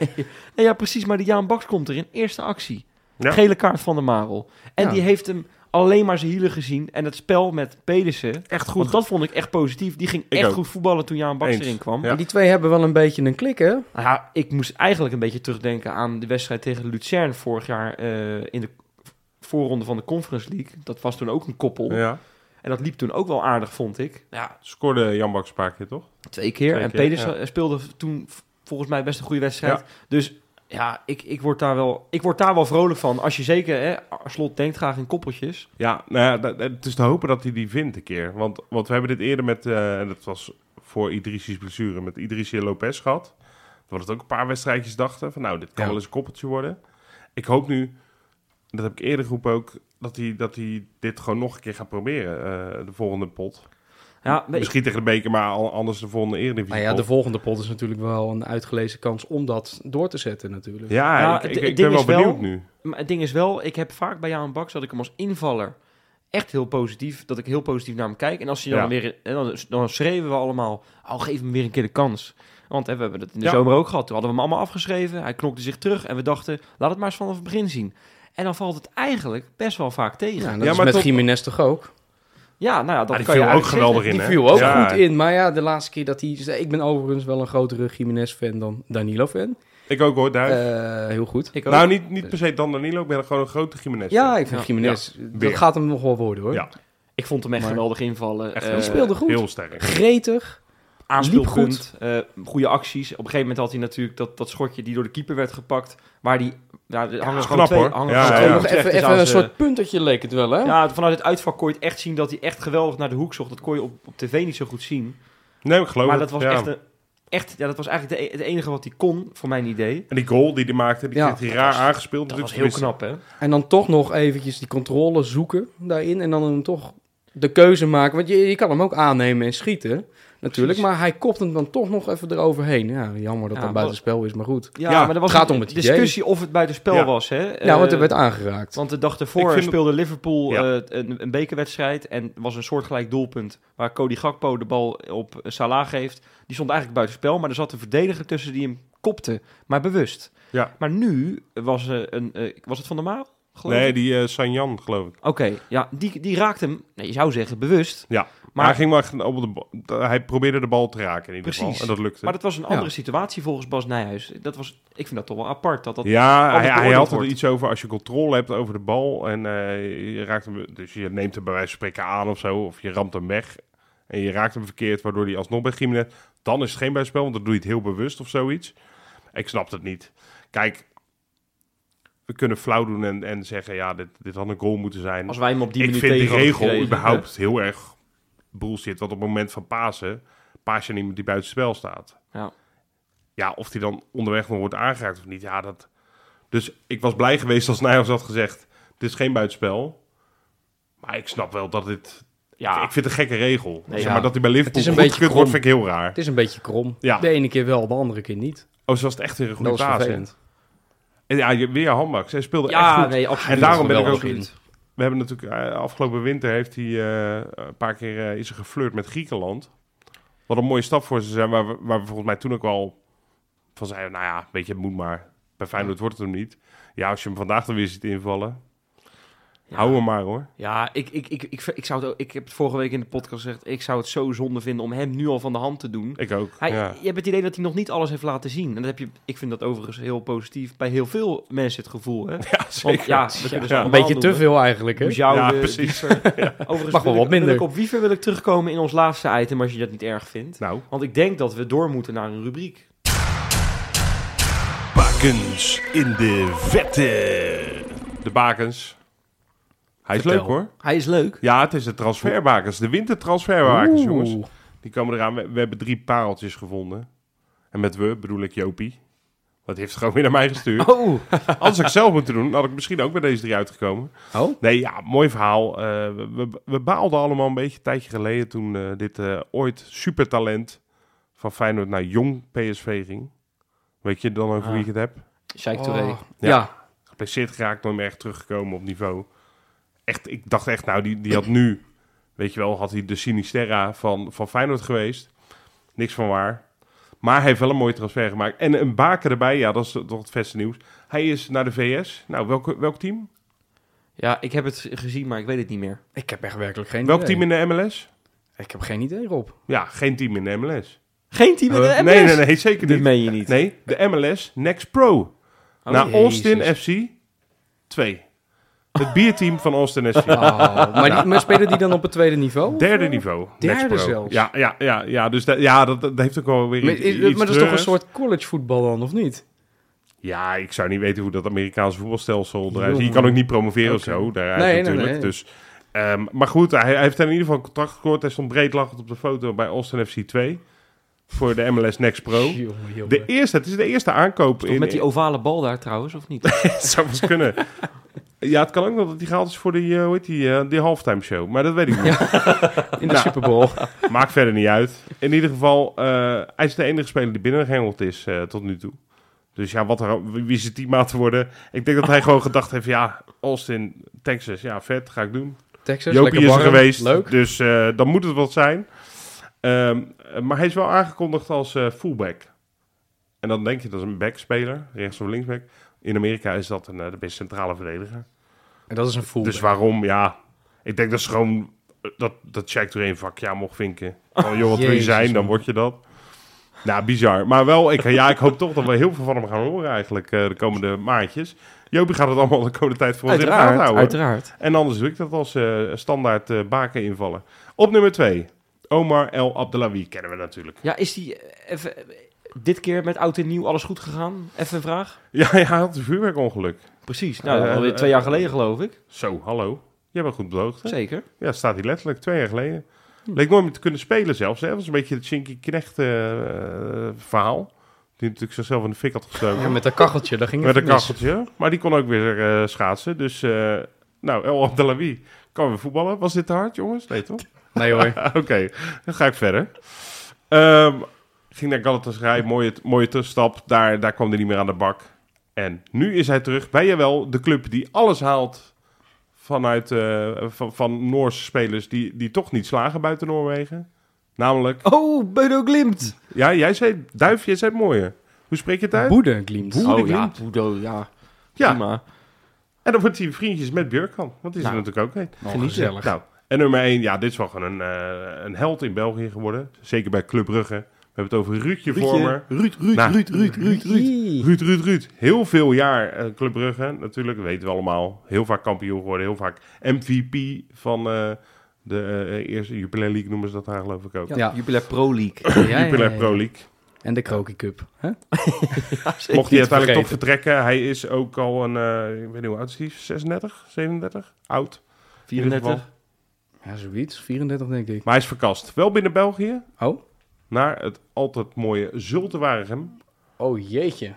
Nee, ja, precies, maar die Jaan Baks komt erin. Eerste actie.
Ja.
Gele kaart van de Marel. En
Ja.
die heeft hem alleen maar zijn hielen gezien. En het spel met Pedersen...
Echt goed.
Want dat vond ik echt positief. Die ging
Ik
echt
ook.
goed voetballen toen Jaan Baks
Eens.
erin kwam.
Ja.
die twee hebben wel een beetje een klik, hè?
Nou ja, ik moest eigenlijk een beetje terugdenken aan de wedstrijd tegen Luzern vorig jaar eh, in de voorronde van de Conference League. Dat was toen ook een koppel.
ja.
En dat liep toen ook wel aardig, vond ik. Ja,
Scoorde Jan Baks een paar keer, toch?
twee keer.
Twee
en
keer,
Pedersen speelde toen v- volgens mij best een goede wedstrijd. Dus ja, ik, ik, word daar wel, ik word daar wel vrolijk van. Als je zeker, hè, Slot denkt graag in koppeltjes.
Ja, nou ja, dat- dat- het is te hopen dat hij die vindt een keer. Want, want we hebben dit eerder met, eh, en dat was voor Idrissi's blessure, met Idrissi en Lopez gehad. Dat het ook een paar wedstrijdjes dachten van nou, dit kan
Ja.
wel eens een koppeltje worden. Ik hoop nu, dat heb ik eerder geroepen ook, dat hij, dat hij dit gewoon nog een keer gaat proberen, eh, de volgende pot.
Ja, weet-
Misschien tegen de beker, maar al- anders de volgende eredivisie
Nou ja, de
pot.
volgende pot is natuurlijk wel een uitgelezen kans om dat door te zetten natuurlijk.
Ja,
Ja,
ik,
het-
ik,
het
ik
ding
ben
is
wel
wel-
benieuwd nu.
Maar het ding is wel, ik heb vaak bij Jaan Baks dat ik hem als invaller echt heel positief, dat ik heel positief naar hem kijk. En als hij dan
Ja.
weer, en dan, dan schreeuwen we allemaal, oh geef hem weer een keer de kans. Want hè, we hebben dat in de
Ja.
zomer ook gehad. Toen hadden we hem allemaal afgeschreven, hij knokte zich terug en we dachten, laat het maar eens vanaf het begin zien. En dan valt het eigenlijk best wel vaak tegen.
Ja,
Ja,
en dat
Ja,
is
maar
met
toch-
Jiménez toch ook?
nou ja, dat
Ah, die
kan
viel
je
ook
eigenlijk
geweldig in,
Die
hè?
viel ook
Ja.
goed in. Maar ja, de laatste keer dat hij... Ik ben overigens wel een grotere Jiménez-fan dan Danilo-fan.
Ik ook hoor, Duif.
Eh, heel goed.
zeggen. Ik ook.
nou, niet, niet per se Dan Danilo, ik ben gewoon een grote gymnast.
Ja, ik vind
Ja.
Jiménez...
Weer.
Dat gaat hem nog wel worden, hoor.
Ja.
ik vond hem echt
Maar-
geweldig invallen.
Echt
Eh,
heel
Hij speelde goed.
heel sterk.
Gretig.
aanspeelpunt, eh, goede acties. Op een gegeven moment had hij natuurlijk dat, dat schotje die door de keeper werd gepakt, waar die nou, er hangen
is
gewoon
knap,
twee,
hoor.
hangen
Ja,
gewoon
ja,
twee
ja.
Nog
Utrechters
even,
aan
even een
zijn-
soort puntertje leek het wel, hè?
eh, Ja, vanuit het uitvak kon je het echt zien dat hij echt geweldig naar de hoek zocht. Dat kon je op, op tv niet zo goed zien.
Nee, ik geloof
maar
het,
dat was
Oh, ja.
echt, een, echt ja, dat was eigenlijk de, e- het enige wat hij kon, voor mijn idee.
En die goal die hij maakte, die
Ja.
kreeg hij raar aangespeeld.
Dat was
natuurlijk.
heel knap, hè?
En dan toch nog eventjes die controle zoeken daarin. En dan hem toch de keuze maken. Want je, je kan hem ook aannemen en schieten. Natuurlijk.
Precies.
Maar hij kopt hem dan toch nog even eroverheen. Ja, jammer
Ja,
dat
Eh,
dat buitenspel is, maar goed.
Ja,
Ja,
maar er was
gaat
een
om het idee.
discussie of het buitenspel
Ja.
was, hè? Eh,
ja, want er werd aangeraakt.
want de dag
Ik
ervoor
vind
speelde Liverpool
Ja.
eh, een, een bekerwedstrijd. En was een soortgelijk doelpunt waar Cody Gakpo de bal op Salah geeft. Die stond eigenlijk buitenspel, maar er zat een verdediger tussen die hem kopte. Maar bewust.
Ja.
Maar nu was, eh, een, eh, was het Van der Marel? geloof
Nee,
ik.
die eh Sanjan, geloof ik.
Oké, ja, die, die raakte hem, nee, je zou zeggen bewust.
Ja, maar,
Maar-
hij, ging maar gena- op de bal- hij probeerde de bal te raken in ieder
Precies.
geval. En dat lukte.
Maar dat was een andere situatie volgens Bas Nijhuis. Dat was, ik vind dat toch wel apart. Dat dat,
ja,
altijd
hij, hij
beoordeeld
had er
wordt.
iets over als je controle hebt over de bal. En eh, je raakt hem, dus je neemt hem bij wijze van spreken aan of zo. Of je ramt hem weg. En je raakt hem verkeerd, waardoor hij alsnog bij Gimenez... Dan is het geen bijspel, want dan doe je het heel bewust of zoiets. Ik snap het niet. Kijk, we kunnen flauw doen en, en zeggen... Ja, dit, dit had een goal moeten zijn.
als wij hem op die
ik
manier
vind die
tegen hadden
regel
gekregen,
überhaupt heel erg bullshit. Want op het moment van Pasen, paas je aan iemand die buiten spel staat.
Ja.
ja, of die dan onderweg nog wordt aangeraakt of niet. Ja, dat... Dus ik was blij geweest als Nijhuis had gezegd, het is geen buitenspel. Maar ik snap wel dat dit...
hè? Ja,
Ik vind het een gekke regel.
Nee,
zeg
ja.
maar dat hij bij Liverpool
Het is een
goedgekeurd
beetje
wordt,
krom.
vind ik heel raar.
Het is een beetje krom.
Ja.
De ene keer wel, de andere keer niet.
Oh, ze was het echt weer een goede
Dat was
paas. hè?
vervelend.
En ja, je- weer handbak. Zij speelde echt
ja
goed.
nee, absoluut.
En daarom ben ik
Geweldig.
ook- We hebben natuurlijk eh, afgelopen winter heeft hij eh, een paar keer eh, is er geflirt met Griekenland. Wat een mooie stap voor ze zijn, waar we, waar we volgens mij toen ook al van zeiden, nou ja, weet je, het moet maar. Bij Feyenoord wordt het hem niet. Ja, als je hem vandaag dan weer ziet invallen,
Ja.
hou hem maar hoor.
Ja, ik, ik, ik, ik, ik, zou het, ook- ik heb het vorige week in de podcast gezegd. Ik zou het zo zonde vinden om hem nu al van de hand te doen.
Ik ook.
Hij,
ja.
Je hebt het idee dat hij nog niet alles heeft laten zien. En dat heb je, ik vind dat overigens heel positief bij heel veel mensen het gevoel. Hè?
ja,
Want
zeker.
ja, eh, we kunnen ze
Ja.
allemaal
Een beetje te
noemen.
veel eigenlijk, hè?
Bouzou,
Ja,
de-
precies.
Wiever. Overigens
Mag wel
wil ik-
wat
wil
minder.
ik op Wiever wil ik terugkomen in ons laatste item, als je dat niet erg vindt.
Nou,
Want ik denk dat we door moeten naar een rubriek.
bakens in de vette. De bakens. Hij is
Vertel.
leuk hoor.
Hij is leuk.
Ja, het is de transferbakens. De wintertransferbakens, jongens.
Oeh.
Die komen eraan. We, we hebben drie pareltjes gevonden. En met we bedoel ik Jopie. Dat heeft gewoon weer naar mij gestuurd.
Oh,
Als ik zelf moeten doen, had ik misschien ook bij deze drie uitgekomen.
Oh?
Nee, ja, mooi verhaal. Eh, we, we, we baalden allemaal een beetje een tijdje geleden toen eh, dit eh, ooit supertalent van Feyenoord naar jong PSV ging. Weet je dan over
Ah.
wie ik het heb?
Sheikh
Oh.
Touré.
Ja.
Ja.
geblesseerd geraakt, nooit meer echt teruggekomen op niveau. Echt, ik dacht echt, nou, die, die had nu, weet je wel, had hij de Sinisterra van, van Feyenoord geweest. Niks van waar. Maar hij heeft wel een mooie transfer gemaakt. En een baken erbij, ja, dat is toch het beste nieuws. Hij is naar de VS. Nou, welk, welk team?
Ja, ik heb het gezien, maar ik weet het niet meer.
Ik heb echt werkelijk geen
Welk
idee.
team in de MLS?
Ik heb geen idee, Rob.
Ja, geen team in de MLS.
Geen team in Oh, de
Huh?
MLS?
Oh. Nee, nee, nee, zeker
Dit
niet.
meen je niet.
Nee, de MLS Next Pro.
Oh,
naar
jezus.
Austin FC 2. Het bierteam van Austin FC.
Oh, maar, die, maar spelen die dan op het tweede niveau?
Derde niveau.
Derde
Next Pro.
zelfs.
Ja, ja, ja, ja dus dat, ja, dat, dat heeft ook wel weer
Maar,
iets-
is-
iets
maar dat is toch een
treurigs.
soort collegevoetbal dan, of niet?
Ja, ik zou niet weten hoe dat Amerikaanse voetbalstelsel eruit ziet. Je
Jongen.
kan ook niet promoveren of
Oké.
zo. Daar
Nee, nee,
natuurlijk.
nee.
Dus, ehm, maar goed, hij, hij heeft in ieder geval een contract gescoord. Hij stond breed lachend op de foto bij Austin FC 2 voor de MLS Next Pro.
Jongen, jongen.
De eerste, het is de eerste aankoop
Toch
in,
met die ovale bal daar trouwens, of niet?
Het zou wel eens kunnen. Ja, het kan ook nog dat hij gehaald is voor die, eh, hoe heet die, eh, die halftime show. Maar dat weet ik niet.
In de
Nou.
Super Bowl.
Maakt verder niet uit. In ieder geval, eh, hij is de enige speler die binnengehengeld is eh, tot nu toe. Dus ja, wat er, wie is het teammaat te worden? Ik denk dat hij gewoon gedacht heeft, ja, Austin, Texas, ja, vet, ga ik doen.
Texas,
Jopie
lekker
is er
warm,
geweest,
Leuk.
dus eh, dan moet het wat zijn. Ehm, eh, maar hij is wel aangekondigd als eh, fullback. En dan denk je, dat is een backspeler, rechts of linksback. In Amerika is dat een, eh, de beste centrale verdediger.
En dat is een fool.
Dus waarom, ja. Ik denk dat is gewoon eh, dat, dat Shaq er een vakje aan mocht vinken. Van, joh, wat wil je
Jezus,
zijn, dan
man.
word je dat. Nou, bizar. Maar wel, ik, ja, ik hoop toch dat we heel veel van hem gaan horen eigenlijk eh, de komende maandjes. Jopie gaat het allemaal de komende tijd voor ons in de gaten
Uiteraard,
houden.
uiteraard.
En anders doe ik dat als eh, standaard eh, baken invallen. Op nummer 2, Omar El Abdelawi kennen we natuurlijk.
Ja, is die eh, even, eh, dit keer met oud en nieuw alles goed gegaan? Even een vraag.
Ja, ja, hij had een vuurwerkongeluk.
Precies, nou,
Eh,
alweer
eh,
twee jaar geleden geloof ik.
Zo, hallo. Je bent goed beloofd. hè?
Zeker.
Ja, staat hij letterlijk twee jaar geleden. Leek nooit meer te kunnen spelen zelfs. Hè? Dat was een beetje het Shinky Knecht eh, eh, verhaal. Die natuurlijk zichzelf in de fik had gestoken.
Ja, met dat kacheltje, daar ging het
met een
mis.
kacheltje. Maar die kon ook weer eh, schaatsen. Dus, eh, nou, El Abdelawi kan weer voetballen. Was dit te hard, jongens? Nee, toch?
Nee hoor.
Oké, dan ga ik verder. Ehm, ging naar Galatasaray, mooie, mooie tussenstap. Daar, daar kwam hij niet meer aan de bak. En nu is hij terug bij jawel, de club die alles haalt vanuit, eh, van, van Noorse spelers die, die toch niet slagen buiten Noorwegen. Namelijk,
Oh, Bodo Glimt.
ja, jij zei duif, jij
Hm.
zei mooie. Hoe spreek je het uit?
Boede glimt.
oh ja, Bodo, ja.
ja,
Prima.
En dan wordt hij vriendjes met Björkan, want die is
Nou.
er natuurlijk ook een.
Nou, gezellig.
Nou, en nummer 1, ja, dit is wel gewoon een, eh, een held in België geworden. Zeker bij Club Brugge. We hebben het over Ruudje Vormer.
Ruud, Ruud,
Nou.
Ruud, Ruud, Ruud, Ruud.
Ruud.
Ruud, Ruud, Ruud. Heel veel jaar eh, Club Brugge, natuurlijk. Dat weten we allemaal. Heel vaak kampioen geworden. Heel vaak MVP van eh, de eh, eerste Jupiler League noemen ze dat daar geloof ik ook.
Ja.
Jupiler Pro League.
Ja, ja,
Jupiler
ja, ja.
Pro League.
En de Kroki Cup. Hè?
Mocht hij
niet
uiteindelijk toch vertrekken. Hij is ook al een, eh, ik weet niet hoe oud is hij, 36, 37? Oud. in ieder geval.
34.
Ja, zoiets. 34 denk ik.
Maar hij is verkast. Wel binnen België.
Oh?
Naar het altijd mooie Zultewaregem.
Oh
Hm.
jeetje.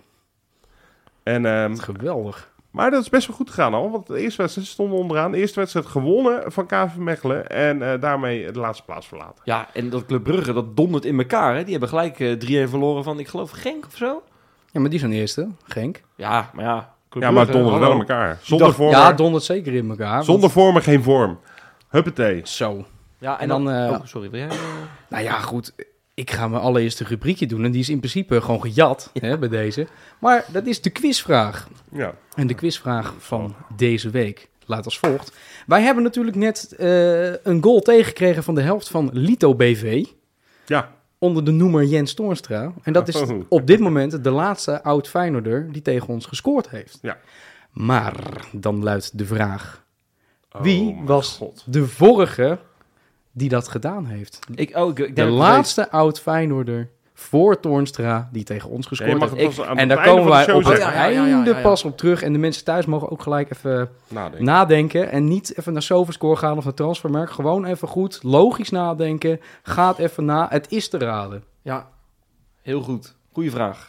En, ehm,
Wat geweldig.
maar dat is best wel goed gegaan al. Want de eerste wedstrijd stonden onderaan. De eerste wedstrijd gewonnen van KV Mechelen. En eh, daarmee de laatste plaats verlaten.
Ja, en dat Club Brugge, dat dondert in elkaar. Hè? Die hebben gelijk eh 3-1 verloren van, ik geloof, Genk of zo.
Ja, maar die zijn eerste. Genk.
Ja, maar ja. Club
ja, maar het
Brugge,
donderde wel
hallo.
in elkaar. Zonder vorm.
Ja, dondert zeker in elkaar.
Zonder vormen geen vorm. Huppatee.
Want- Zo.
Ja, en,
En
dan...
dan, eh,
oh, sorry, wil jij... eh,
Nou ja, goed. Ik ga mijn allereerste rubriekje doen. En die is in principe gewoon gejat hè, bij deze. Maar dat is de quizvraag.
Ja. Oh.
En de quizvraag van deze week laat als volgt. Wij hebben natuurlijk net eh, een goal tegengekregen van de helft van Lito BV.
Ja.
Onder de noemer Jens Toornstra. En dat is
Oh.
op dit moment de laatste oud Feyenoorder die tegen ons gescoord heeft.
Ja.
Maar dan luidt de vraag.
Oh,
Wie
mijn
was
God.
de vorige die dat gedaan heeft?
ik, oh, ik, ik denk
De
dat ik
laatste oud Feyenoorder voor Toornstra die tegen ons
Ja, je
gescoord
mag
heeft.
het pas aan het
En daar
einde van
komen
de
wij
show
op het
zeggen.
Ja, ja, ja, ja, ja.
einde pas op terug. En de mensen thuis mogen ook gelijk even
Nadenken.
nadenken. En niet even naar Soverscore gaan of naar Transfermarkt. Gewoon even goed, logisch nadenken. Gaat even na. Het is te raden.
weet- Ja, heel goed. Goeie vraag.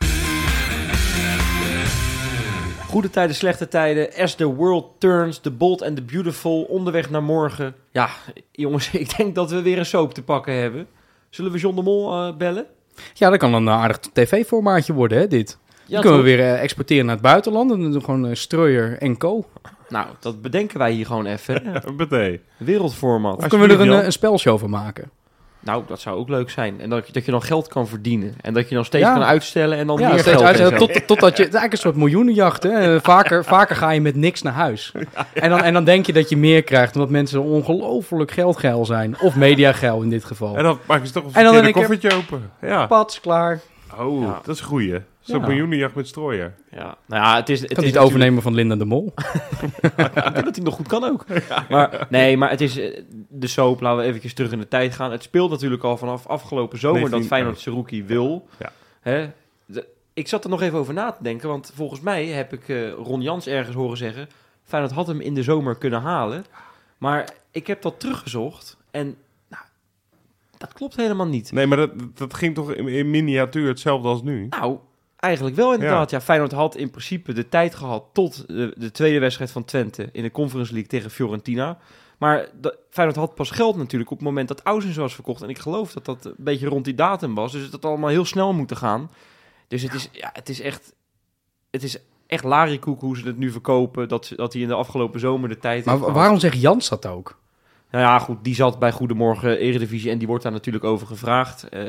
Goede tijden, slechte tijden. As the world turns, the bold and the beautiful. Onderweg naar morgen. Ja, jongens, ik denk dat we weer een soap te pakken hebben. Zullen we John de Mol eh, bellen?
Ja, dat kan een aardig tv-formaatje worden, hè, dit.
Ja,
Dan kunnen we weer eh, exporteren naar het buitenland. En dan doen we gewoon eh, Streuer en Co. Of
Nou, dat bedenken wij hier gewoon even.
Nou,
hè.
Huppatee.
Wereldformat.
Als
kunnen we er een,
jullie
eh, een spelshow van maken.
Nou, dat zou ook leuk zijn. En dat, je- dat je dan geld kan verdienen. En dat je dan steeds
Ja.
kan uitstellen en dan
Ja,
meer
steeds
geld.
uitstellen
en zo.
tot, totdat je... Het is eigenlijk een soort miljoenenjacht, hè. Eh, Vaker, vaker ga je met niks naar huis. En dan, en dan denk je dat je meer krijgt, omdat mensen ongelooflijk geldgeil zijn. Of mediageil in dit geval.
En dan maak je ze toch een
Oh. En dan
verkeerde
in één
koffertje open. Ja.
Pats, klaar.
Oh,
Ja.
dat is een goeie. Zo'n
Ja.
miljoenenjacht met strooien.
Ja. Nou ja, het is, het
Kan
is
niet overnemen van Linda de Mol.
natuurlijk- Ik denk dat hij nog goed kan ook. Maar, nee, maar het is eh, de soap. Laten we eventjes terug in de tijd gaan. Het speelt natuurlijk al vanaf afgelopen zomer
19.
dat Feyenoord Seruki wil.
Ja.
Hè? De- ik zat er nog even over na te denken. Want volgens mij heb ik eh, Ron Jans ergens horen zeggen... Feyenoord had hem in de zomer kunnen halen. Maar ik heb dat teruggezocht. En nou, dat klopt helemaal niet.
Nee, maar dat, dat ging toch in, in miniatuur hetzelfde als nu?
Nou, eigenlijk wel inderdaad. Ja. Feyenoord had in principe de tijd gehad tot de, de tweede wedstrijd van Twente in de Conference League tegen Fiorentina. Maar dat, Feyenoord had pas geld natuurlijk op het moment dat Ausens was verkocht. En ik geloof dat dat een beetje rond die datum was. Dus het had allemaal heel snel moeten gaan. Dus het is, ja, het is echt... Het is echt larikoek hoe ze het nu verkopen. Dat, ze- dat hij in de afgelopen zomer de tijd...
Maar
heeft
wa-
gehad.
waarom zegt Jans dat ook?
Nou ja, goed, die zat bij Goedemorgen Eredivisie en die wordt daar natuurlijk over gevraagd. Eh,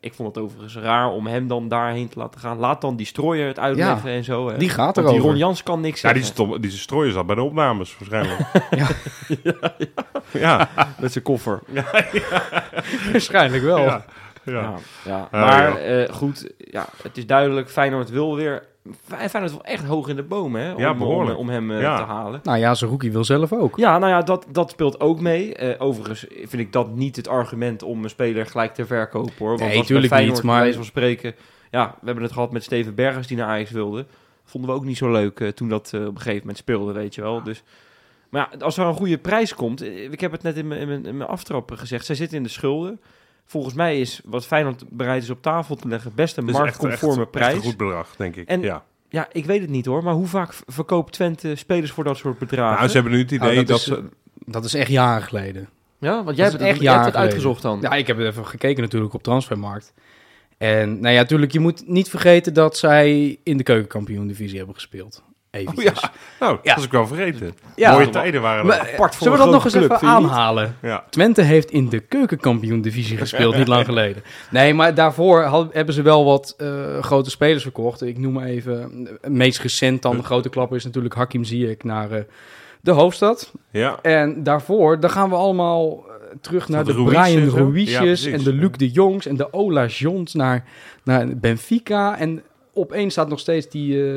ik vond het overigens raar om hem dan daarheen te laten gaan. Laat dan die strooier het uitleggen en zo. Hè.
Die gaat
Eh, Want die Ron
erover.
Jans kan niks
Ja, die,
zeggen.
stom, die strooien zat bij de opnames waarschijnlijk. ja. ja.
Met zijn koffer.
Waarschijnlijk wel.
Ja.
Ja,
ja.
ja.
Ja,
maar eh, goed, ja, het is duidelijk, Feyenoord wil weer... Fey- Feyenoord wil echt hoog in de boom, hè? Om,
Ja, behoorlijk.
Om, om hem eh,
Ja.
te halen.
Nou ja, Zerouki wil zelf ook.
Ja, nou ja, dat, dat speelt ook mee. Eh, overigens vind ik dat niet het argument om een speler gelijk te verkopen hoor. Want
Nee,
als bij
tuurlijk
Feyenoord
niet, maar-
bij wijze van spreken. Ja, we hebben het gehad met Steven Bergers die naar Ajax wilde. Vonden we ook niet zo leuk eh, toen dat eh, op een gegeven moment speelde, weet je wel. Dus, maar ja, als er een goede prijs komt. eh, Ik heb het net in mijn, in mijn, in mijn aftrap gezegd. Zij zitten in de schulden. Volgens mij is wat Feyenoord bereid is op tafel te leggen best een
Dus echt-
marktconforme
echt-
prijs.
Echt een goed bedrag, denk ik.
En-
ja.
Ja, ik weet het niet hoor. Maar hoe vaak v- verkoopt Twente spelers voor dat soort bedragen?
Nou, ze hebben nu het idee
Nou,
dat,
dat is-
ze...
Dat is echt jaren geleden.
Ja, want jij
Dat
hebt
is
het echt
echt
jij hebt
jaren
het uitgezocht dan.
Ja, ik heb even gekeken natuurlijk op Transfermarkt. En nou ja, natuurlijk, je moet niet vergeten dat zij in de keukenkampioen-divisie hebben gespeeld. Eventjes.
Oh ja, nou,
Ja.
dat was ik wel vergeten.
Ja.
Mooie tijden waren dat.
Maar, eh,
apart voor
zullen we
een
dat nog eens
grote club,
even
vind je niet?
aanhalen?
Ja.
Twente heeft in de keukenkampioen-divisie gespeeld, niet lang geleden. Nee, maar daarvoor had- hebben ze wel wat eh, grote spelers verkocht. Ik noem maar even, eh, meest recent dan de grote klapper is natuurlijk Hakim Ziyech naar eh, de hoofdstad.
ja.
En daarvoor, dan gaan we allemaal eh, terug naar de,
de Ruiz en zo?
Brian
Ja,
Ruizjes
precies.
en de Luc de Jongs en de Ola Jons naar, naar Benfica. En opeens staat nog steeds die, eh,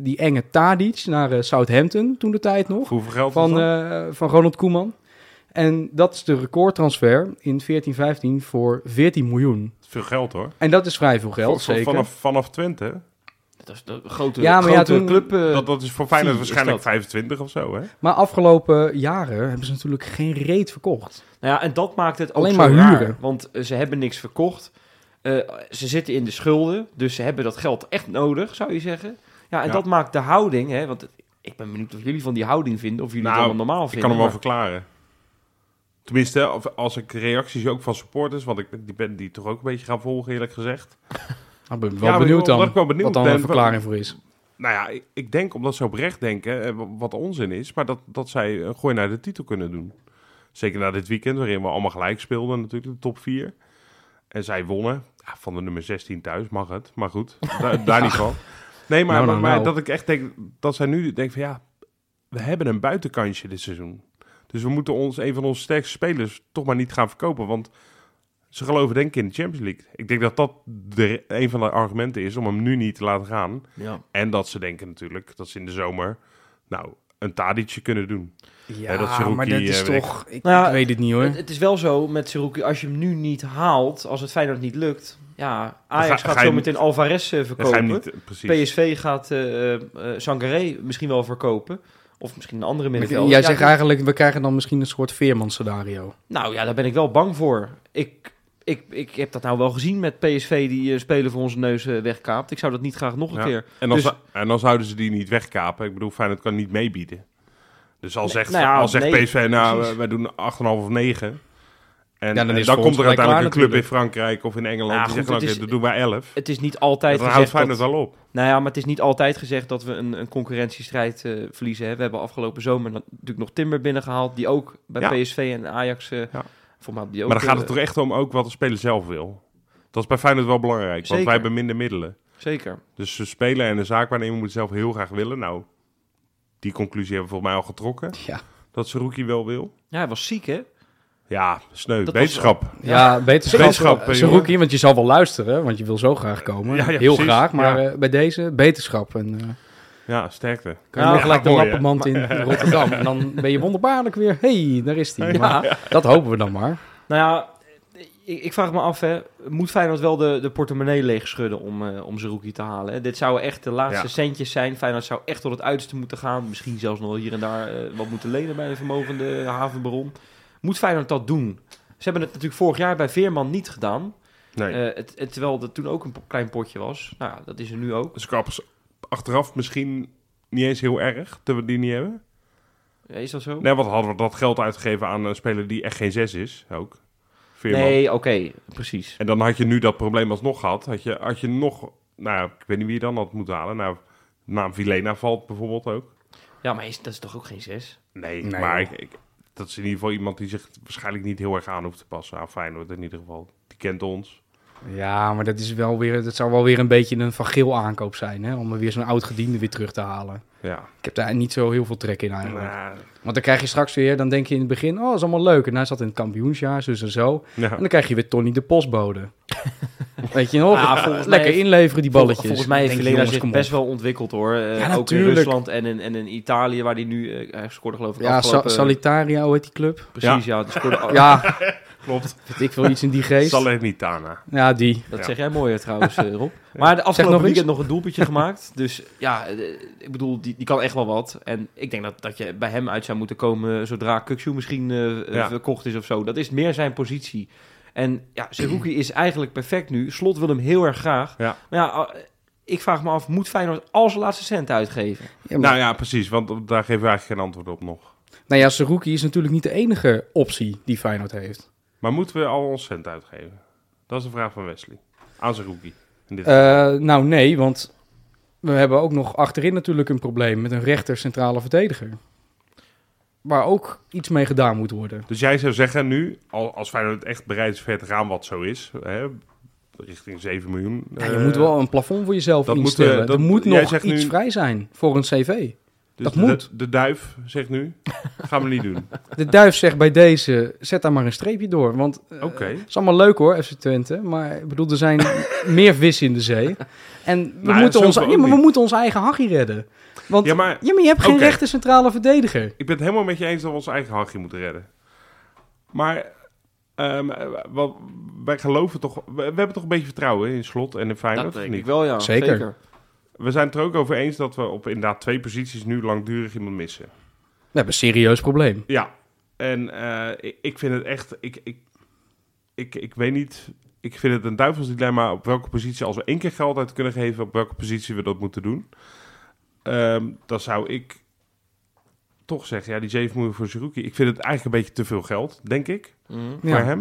die enge Tadic naar eh, Southampton toen de tijd nog
Hoeveel geld was
van,
dat?
eh, van Ronald Koeman. En dat is de recordtransfer in 14-15 voor 14 miljoen.
Veel geld hoor.
En dat is vrij veel eh, geld,
Voor- voor-
zeker. Eh,
Vanaf, vanaf Twente. hè?
Dat is de grote,
Ja, maar ja,
grote
toen-
club. eh,
Dat, dat is voor Feyenoord
vier is
waarschijnlijk
dat.
25 of zo, hè?
Maar afgelopen jaren hebben ze natuurlijk geen reet verkocht.
Nou ja, en dat maakt het
Alleen
ook
maar
zo raar,
huren.
want eh, ze hebben niks verkocht. Eh, ze zitten in de schulden, dus ze hebben dat geld echt nodig, zou je zeggen. Ja, en
Ja.
dat maakt de houding, hè, want ik ben benieuwd of jullie van die houding vinden, of jullie
Nou,
het allemaal normaal
Ik
vinden.
kan hem wel
maar-
verklaren. Tenminste, hè, of- als ik reacties ook van supporters, want ik ben- die ben die toch ook een beetje gaan volgen, eerlijk gezegd.
Nou, Ik ben
Ja,
wel
maar
benieuwd dan
omdat ik wel benieuwd
wat dan
ben,
een verklaring voor is.
Nou ja, ik, ik denk omdat ze oprecht denken, eh, wat onzin is, maar dat, dat zij een gooi naar de titel kunnen doen. Zeker na dit weekend, waarin we allemaal gelijk speelden natuurlijk, de top 4. En zij wonnen ja, van de nummer 16 thuis, mag het, maar goed, da- daar niet van. Nee, maar,
Nou, nou,
maar, maar
nou.
dat ik echt denk, dat zij nu denken van ja, we hebben een buitenkansje dit seizoen. Dus we moeten ons, een van onze sterkste spelers toch maar niet gaan verkopen, want ze geloven denk ik in de Champions League. Ik denk dat dat de, een van de argumenten is om hem nu niet te laten gaan.
Ja.
En dat ze denken natuurlijk dat ze in de zomer, nou, een Tadietje kunnen doen.
Ja,
dat is Cherokee,
maar dat
eh,
is
weet ik.
toch... Ik,
Nou ja,
ik weet het niet hoor.
Het, het is wel zo met Seruki, als je hem nu niet haalt, als het Feyenoord niet lukt, ja,
ga-
Ajax
ga
gaat
je
zo
hem-
meteen Alvarez eh,
Dat ga je
verkopen.
hem niet, precies.
PSV gaat eh eh, Sangaré misschien wel verkopen, of misschien een andere
Maar
middenvelder.
Jij
Ja,
zegt
dat-
eigenlijk, we krijgen dan misschien een soort Veerman-scenario.
Nou ja, daar ben ik wel bang voor. Ik, ik, ik heb dat nou wel gezien met PSV die eh, spelen voor onze neus eh, wegkaapt. Ik zou dat niet graag nog een
Ja.
keer.
en, dan
dus-
zou- en dan zouden ze die niet wegkapen. Ik bedoel, Feyenoord kan niet meebieden. Dus al
Nee,
zegt,
nou ja,
al zegt
nee,
PSV, nou,
precies.
we- wij doen 8,5 of 9. En
Ja, dan
en dan,
is het voor
komt
ons
er
gelijk
uiteindelijk
klaar
een club in
natuurlijk.
Frankrijk of in Engeland.
Ja,
die
goed,
zegt, nou,
het is-
dan doen wij 11.
Het is niet
En
altijd
Dan houdt
gezegd
Feyenoord
dat,
al op.
Nou ja, maar het is niet altijd gezegd dat we een, een concurrentiestrijd eh, verliezen. Hè. We hebben afgelopen zomer na- natuurlijk nog Timber binnengehaald. Die ook bij
Ja.
PSV en Ajax... eh
Ja.
voor mij had die ook,
Maar dan gaat het
eh,
toch echt om ook wat de speler zelf wil. Dat is bij Feyenoord wel belangrijk, want
Zeker.
wij hebben minder middelen.
Zeker.
Dus de speler en de zaakwaarnemer moeten zelf heel graag willen. Nou, die conclusie hebben we volgens mij al getrokken.
Ja.
dat Saruki wel wil.
Ja, hij was ziek, hè?
Ja, sneu,
Dat
wetenschap.
Ja,
Wetenschap,
wetenschap.
eh,
Saruki, want je zal wel luisteren, want je wil zo graag komen.
Ja, ja,
Heel
precies.
graag, maar
Ja.
eh, bij deze wetenschap. En, eh,
Ja, sterkte.
kan je
Nou,
maar gelijk
ja,
de
mooi,
lappenmand in Rotterdam. En dan ben je wonderbaarlijk weer. hey, daar is hij. Maar dat hopen we dan maar.
Nou ja, ik, ik vraag me af, hè, moet Feyenoord wel de, de portemonnee leeg schudden om, eh om Zerouki te halen? Hè? Dit zouden echt de laatste
Ja.
centjes zijn. Feyenoord zou echt tot het uiterste moeten gaan. Misschien zelfs nog hier en daar eh, wat moeten lenen bij een vermogende havenbaron. Moet Feyenoord dat doen? Ze hebben het natuurlijk vorig jaar bij Veerman niet gedaan.
Nee.
Eh, het, het- terwijl dat toen ook een po- klein potje was. Nou ja, dat is er nu ook.
dus ik had achteraf misschien niet eens heel erg dat we die niet hebben.
Ja, Is dat zo?
Nee, want hadden we dat geld uitgegeven aan een speler die echt geen zes is, ook. Veerman.
Nee, oké, precies.
En dan had je nu dat probleem alsnog gehad. Had je, had je nog, nou ja, ik weet niet wie je dan had moeten halen. Nou, naam Vilena valt bijvoorbeeld ook.
Ja, maar is, dat is toch ook geen zes?
Nee,
Nee,
maar ik,
joh.
ik- dat is in ieder geval iemand die zich waarschijnlijk niet heel erg aan hoeft te passen. Aan Feyenoord in ieder geval. Die kent ons.
Ja, maar dat, is wel weer, dat zou wel weer een beetje een van geel aankoop zijn. Hè? Om er weer zo'n oud gediende weer terug te halen.
Ja.
Ik heb daar niet zo heel veel trek in eigenlijk.
Nou,
Want dan krijg je straks weer, dan denk je in het begin, oh, dat is allemaal leuk. En hij zat in het kampioensjaar, zo en zo.
ja.
En dan krijg je weer Tony de postbode. Weet je nog?
Ja, volgens mij
Lekker
heeft-
inleveren die
Vol-
balletjes.
Volgens mij heeft
Denk je,
Vilena
jongens,
zich
kom
best
op.
wel ontwikkeld hoor. Eh,
Ja,
ook in
natuurlijk.
Rusland en in, en in Italië, waar die nu eh hij scoorde geloof ik
Ja, Sa-
afgelopen...
Salitaria, hoe heet die club?
Precies, ja. die scoorde, al-
Ja,
Klopt.
weet ik wil iets in die geest.
Salernitana.
Ja, die.
Dat
Ja.
zeg jij mooier trouwens, eh, Rob. Maar de afgelopen
nog iets?
weekend nog een doelpuntje gemaakt. Dus ja, eh, ik bedoel, die, die kan echt wel wat. En ik denk dat, dat je bij hem uit zou moeten komen eh, zodra Kukshu misschien eh,
Ja.
verkocht is of zo. Dat is meer zijn positie. En ja, Zerouki is eigenlijk perfect nu. Slot wil hem heel erg graag.
Ja.
Maar ja, eh, ik vraag me af, moet Feyenoord als laatste cent uitgeven?
Ja, maar-
Nou
nou,
ja, precies, want daar geven we eigenlijk geen antwoord op nog.
ja, Saruki is natuurlijk niet de enige optie die Feyenoord heeft.
Maar moeten we al ons cent uitgeven? Dat is de vraag van Wesley. Aan zijn rookie. In dit
Eh, nou, nee, Eh, want we hebben ook nog achterin natuurlijk een probleem met een rechter centrale verdediger. Waar ook iets mee gedaan moet worden.
Dus jij zou zeggen nu, al- als Feyenoord echt bereid is ver te gaan wat zo is, hè, richting 7 miljoen.
Ja, je
eh,
moet wel een plafond voor jezelf
dat moet,
instellen.
eh, dat-
er moet
jij
nog iets
zegt nu-
vrij zijn voor een cv.
dus
dat
de-
moet.
De, duif zegt nu, gaan we niet doen.
De duif zegt bij deze, zet daar maar een streepje door. Want
Oké.
het is allemaal leuk hoor, FC Twente. Maar ik bedoel, er zijn meer vissen in de zee. En we,
Nou,
moeten,
zo
ons,
ook
ja, maar we
niet.
moeten ons eigen hachie redden. Want
Ja,
ja, maar,
maar
je hebt geen
Oké.
rechte centrale verdediger.
ik ben het helemaal met je eens dat we ons eigen hachje moeten redden. Maar ehm, eh, wat, wij geloven toch, we, we hebben toch een beetje vertrouwen in Slot en in Feyenoord,
dat
of
denk
niet?
ik wel, ja.
Zeker.
We zijn het er ook over eens dat we op inderdaad twee posities nu langdurig iemand missen.
We hebben een serieus probleem.
Ja, en eh, ik, ik vind het echt. Ik, ik, ik, ik weet niet. Ik vind het een duivels dilemma op welke positie, als we één keer geld uit kunnen geven, op welke positie we dat moeten doen. Ehm, dan zou ik toch zeggen, ja, die 7 miljoen voor Zerouki. Ik vind het eigenlijk een beetje te veel geld, denk ik,
Mhm.
Ja.
voor hem.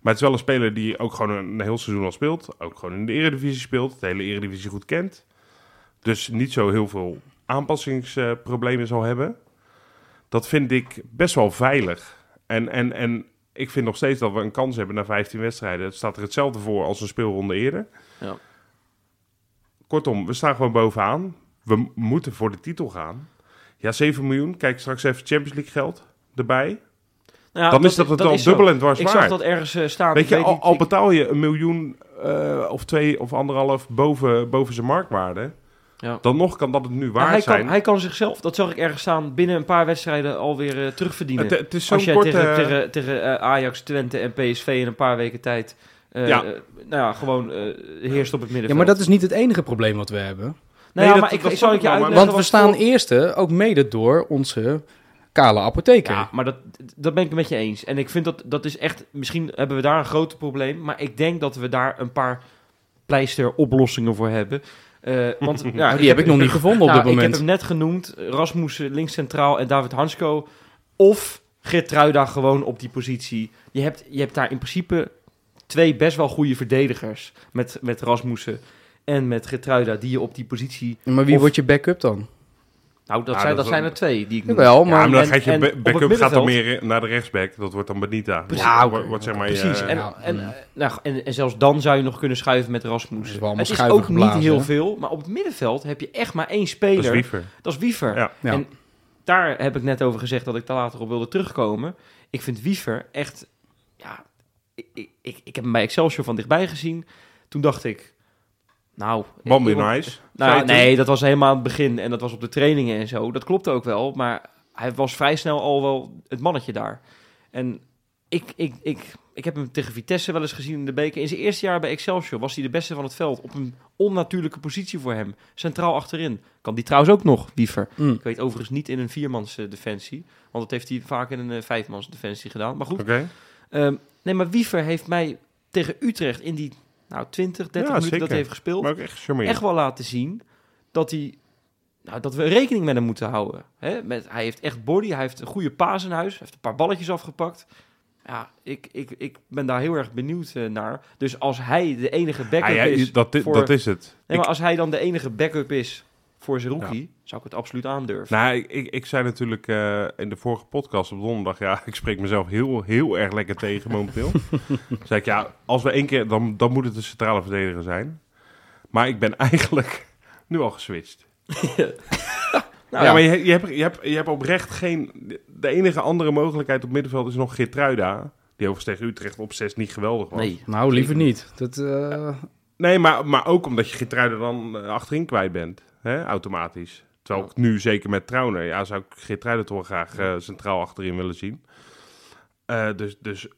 Maar het is wel een speler die ook gewoon een, een heel seizoen al speelt. Ook gewoon in de eredivisie speelt. De hele eredivisie goed kent. Dus niet zo heel veel aanpassingsproblemen zal hebben. Dat vind ik best wel veilig. En, en, en ik vind nog steeds dat we een kans hebben na 15 wedstrijden. Het staat er hetzelfde voor als een speelronde eerder.
Ja.
Kortom, we staan gewoon bovenaan. We m- moeten voor de titel gaan. Ja, 7 miljoen. Kijk straks even Champions League geld erbij.
Nou ja,
Dan is dat het al
is zo.
dubbel en dwars
Ik
waard.
zag dat ergens eh, staan.
Weet
Ik
je, al,
niet,
al
ik-
betaal je een miljoen eh, of twee of anderhalf boven, boven zijn marktwaarde,
Ja.
dan nog kan dat het nu
Maar
waard
hij,
zijn.
kan, hij kan zichzelf, dat zag ik ergens staan, binnen een paar wedstrijden alweer eh, terugverdienen.
het, het is zo'n
Als jij
korte...
tegen, tegen, tegen eh, Ajax, Twente en PSV in een paar weken tijd... eh,
Ja.
eh, nou ja, gewoon eh, heerst op het middenveld.
Ja, maar dat is niet het enige probleem wat we hebben.
Nou ja,
Nee,
maar
dat-
ik,
dat
ik zal
snap
het je
ik wel, maar-
uitleggen.
Want we
wat
staan
voor-
eerste, ook mede door onze kale apotheker.
Ja, maar dat, dat ben ik met je eens. En ik vind dat, dat is echt... Misschien hebben we daar een groot probleem. Maar ik denk dat we daar een paar pleisteroplossingen voor hebben. Eh, want, ja,
Nou, die heb ik nog niet gevonden op
Nou,
dit
Ik
moment.
heb hem net genoemd. Rasmussen links centraal en David Hansko. Of Gertruida gewoon op die positie. Je hebt, je hebt daar in principe twee best wel goede verdedigers. Met, met Rasmussen en met Gertruida die je op die positie...
Maar wie
Of-
wordt je backup dan?
Nou, dat,
Ja,
zijn,
dat
dat
is
zijn
wel-
er twee die ik noem.
Jawel,
ja, maar
maar...
dan
en-
gaat
en
je
op
ba-
het
backup gaat dan
middenveld-
meer naar de rechtsback. Dat wordt dan Benita.
Precies.
Ja,
Ja,
wordt,
oké.
wordt zeg maar...
Precies,
eh,
En,
Ja,
en,
ja.
eh, nou, en, en zelfs dan zou je nog kunnen schuiven met
Dat
Rasmus.
is wel allemaal
Het is
schuiven
ook niet
geblazen,
heel
hè?
veel, maar op het middenveld heb je echt maar één
dat is
speler.
liever.
Dat is Wiever.
Ja.
Ja.
En daar heb ik net over gezegd dat ik daar later op wilde terugkomen. Ik vind Wiever echt... Ja, ik, ik, ik, ik heb hem bij Excelsior van dichtbij gezien. Toen dacht ik... Nou,
Bambi
iemand-
nice.
nou, ja,
Feiten.
nee, dat was helemaal aan het begin. En dat was op de trainingen en zo. Dat klopte ook wel. Maar hij was vrij snel al wel het mannetje daar. En ik, ik, ik, ik heb hem tegen Vitesse wel eens gezien in de beker. In zijn eerste jaar bij Excelsior was hij de beste van het veld. Op een onnatuurlijke positie voor hem. Centraal achterin. Kan die trouwens ook nog, Wiever.
Mm.
Ik weet overigens niet in een viermans eh, defensie. Want dat heeft hij vaak in een eh, vijfmans defensie gedaan. Maar goed.
Oké.
ehm, nee, maar Wiever heeft mij tegen Utrecht in die nou, 20, 30
Ja,
minuten dat
zeker.
hij heeft gespeeld
Maar ook echt charmerend.
echt wel laten zien dat hij. Nou, dat we rekening met hem moeten houden. Hè? Met, hij heeft echt body, hij heeft een goede paas in huis, hij heeft een paar balletjes afgepakt. Ja, ik, ik, ik ben daar heel erg benieuwd eh, naar. Dus als hij de enige backup
Ah, ja,
is.
dat, i-
voor-
dat is het.
Nee, maar als hij dan de enige backup is voor zijn rookie, zou ik het absoluut aandurven.
Nou, ik, ik, ik zei natuurlijk eh, in de vorige podcast op donderdag, ja, ik spreek mezelf heel, heel erg lekker tegen momenteel. zei ik, ja, als we één keer, dan, dan moet het een centrale verdediger zijn. Maar ik ben eigenlijk nu al geswitcht.
Nou,
ja, maar je, je, hebt, je, hebt, je hebt oprecht geen... De enige andere mogelijkheid op middenveld is nog Geertruida. Die overigens tegen Utrecht op 6 niet geweldig was.
nee.
Nou, liever niet. Dat, eh,
Nee, maar, maar ook omdat je Geertruida dan eh, achterin kwijt bent. Hè, automatisch. Terwijl ik nu, zeker met Trauner, ja, zou ik Geertruida toch wel graag eh, centraal achterin willen zien. Eh, dus, dus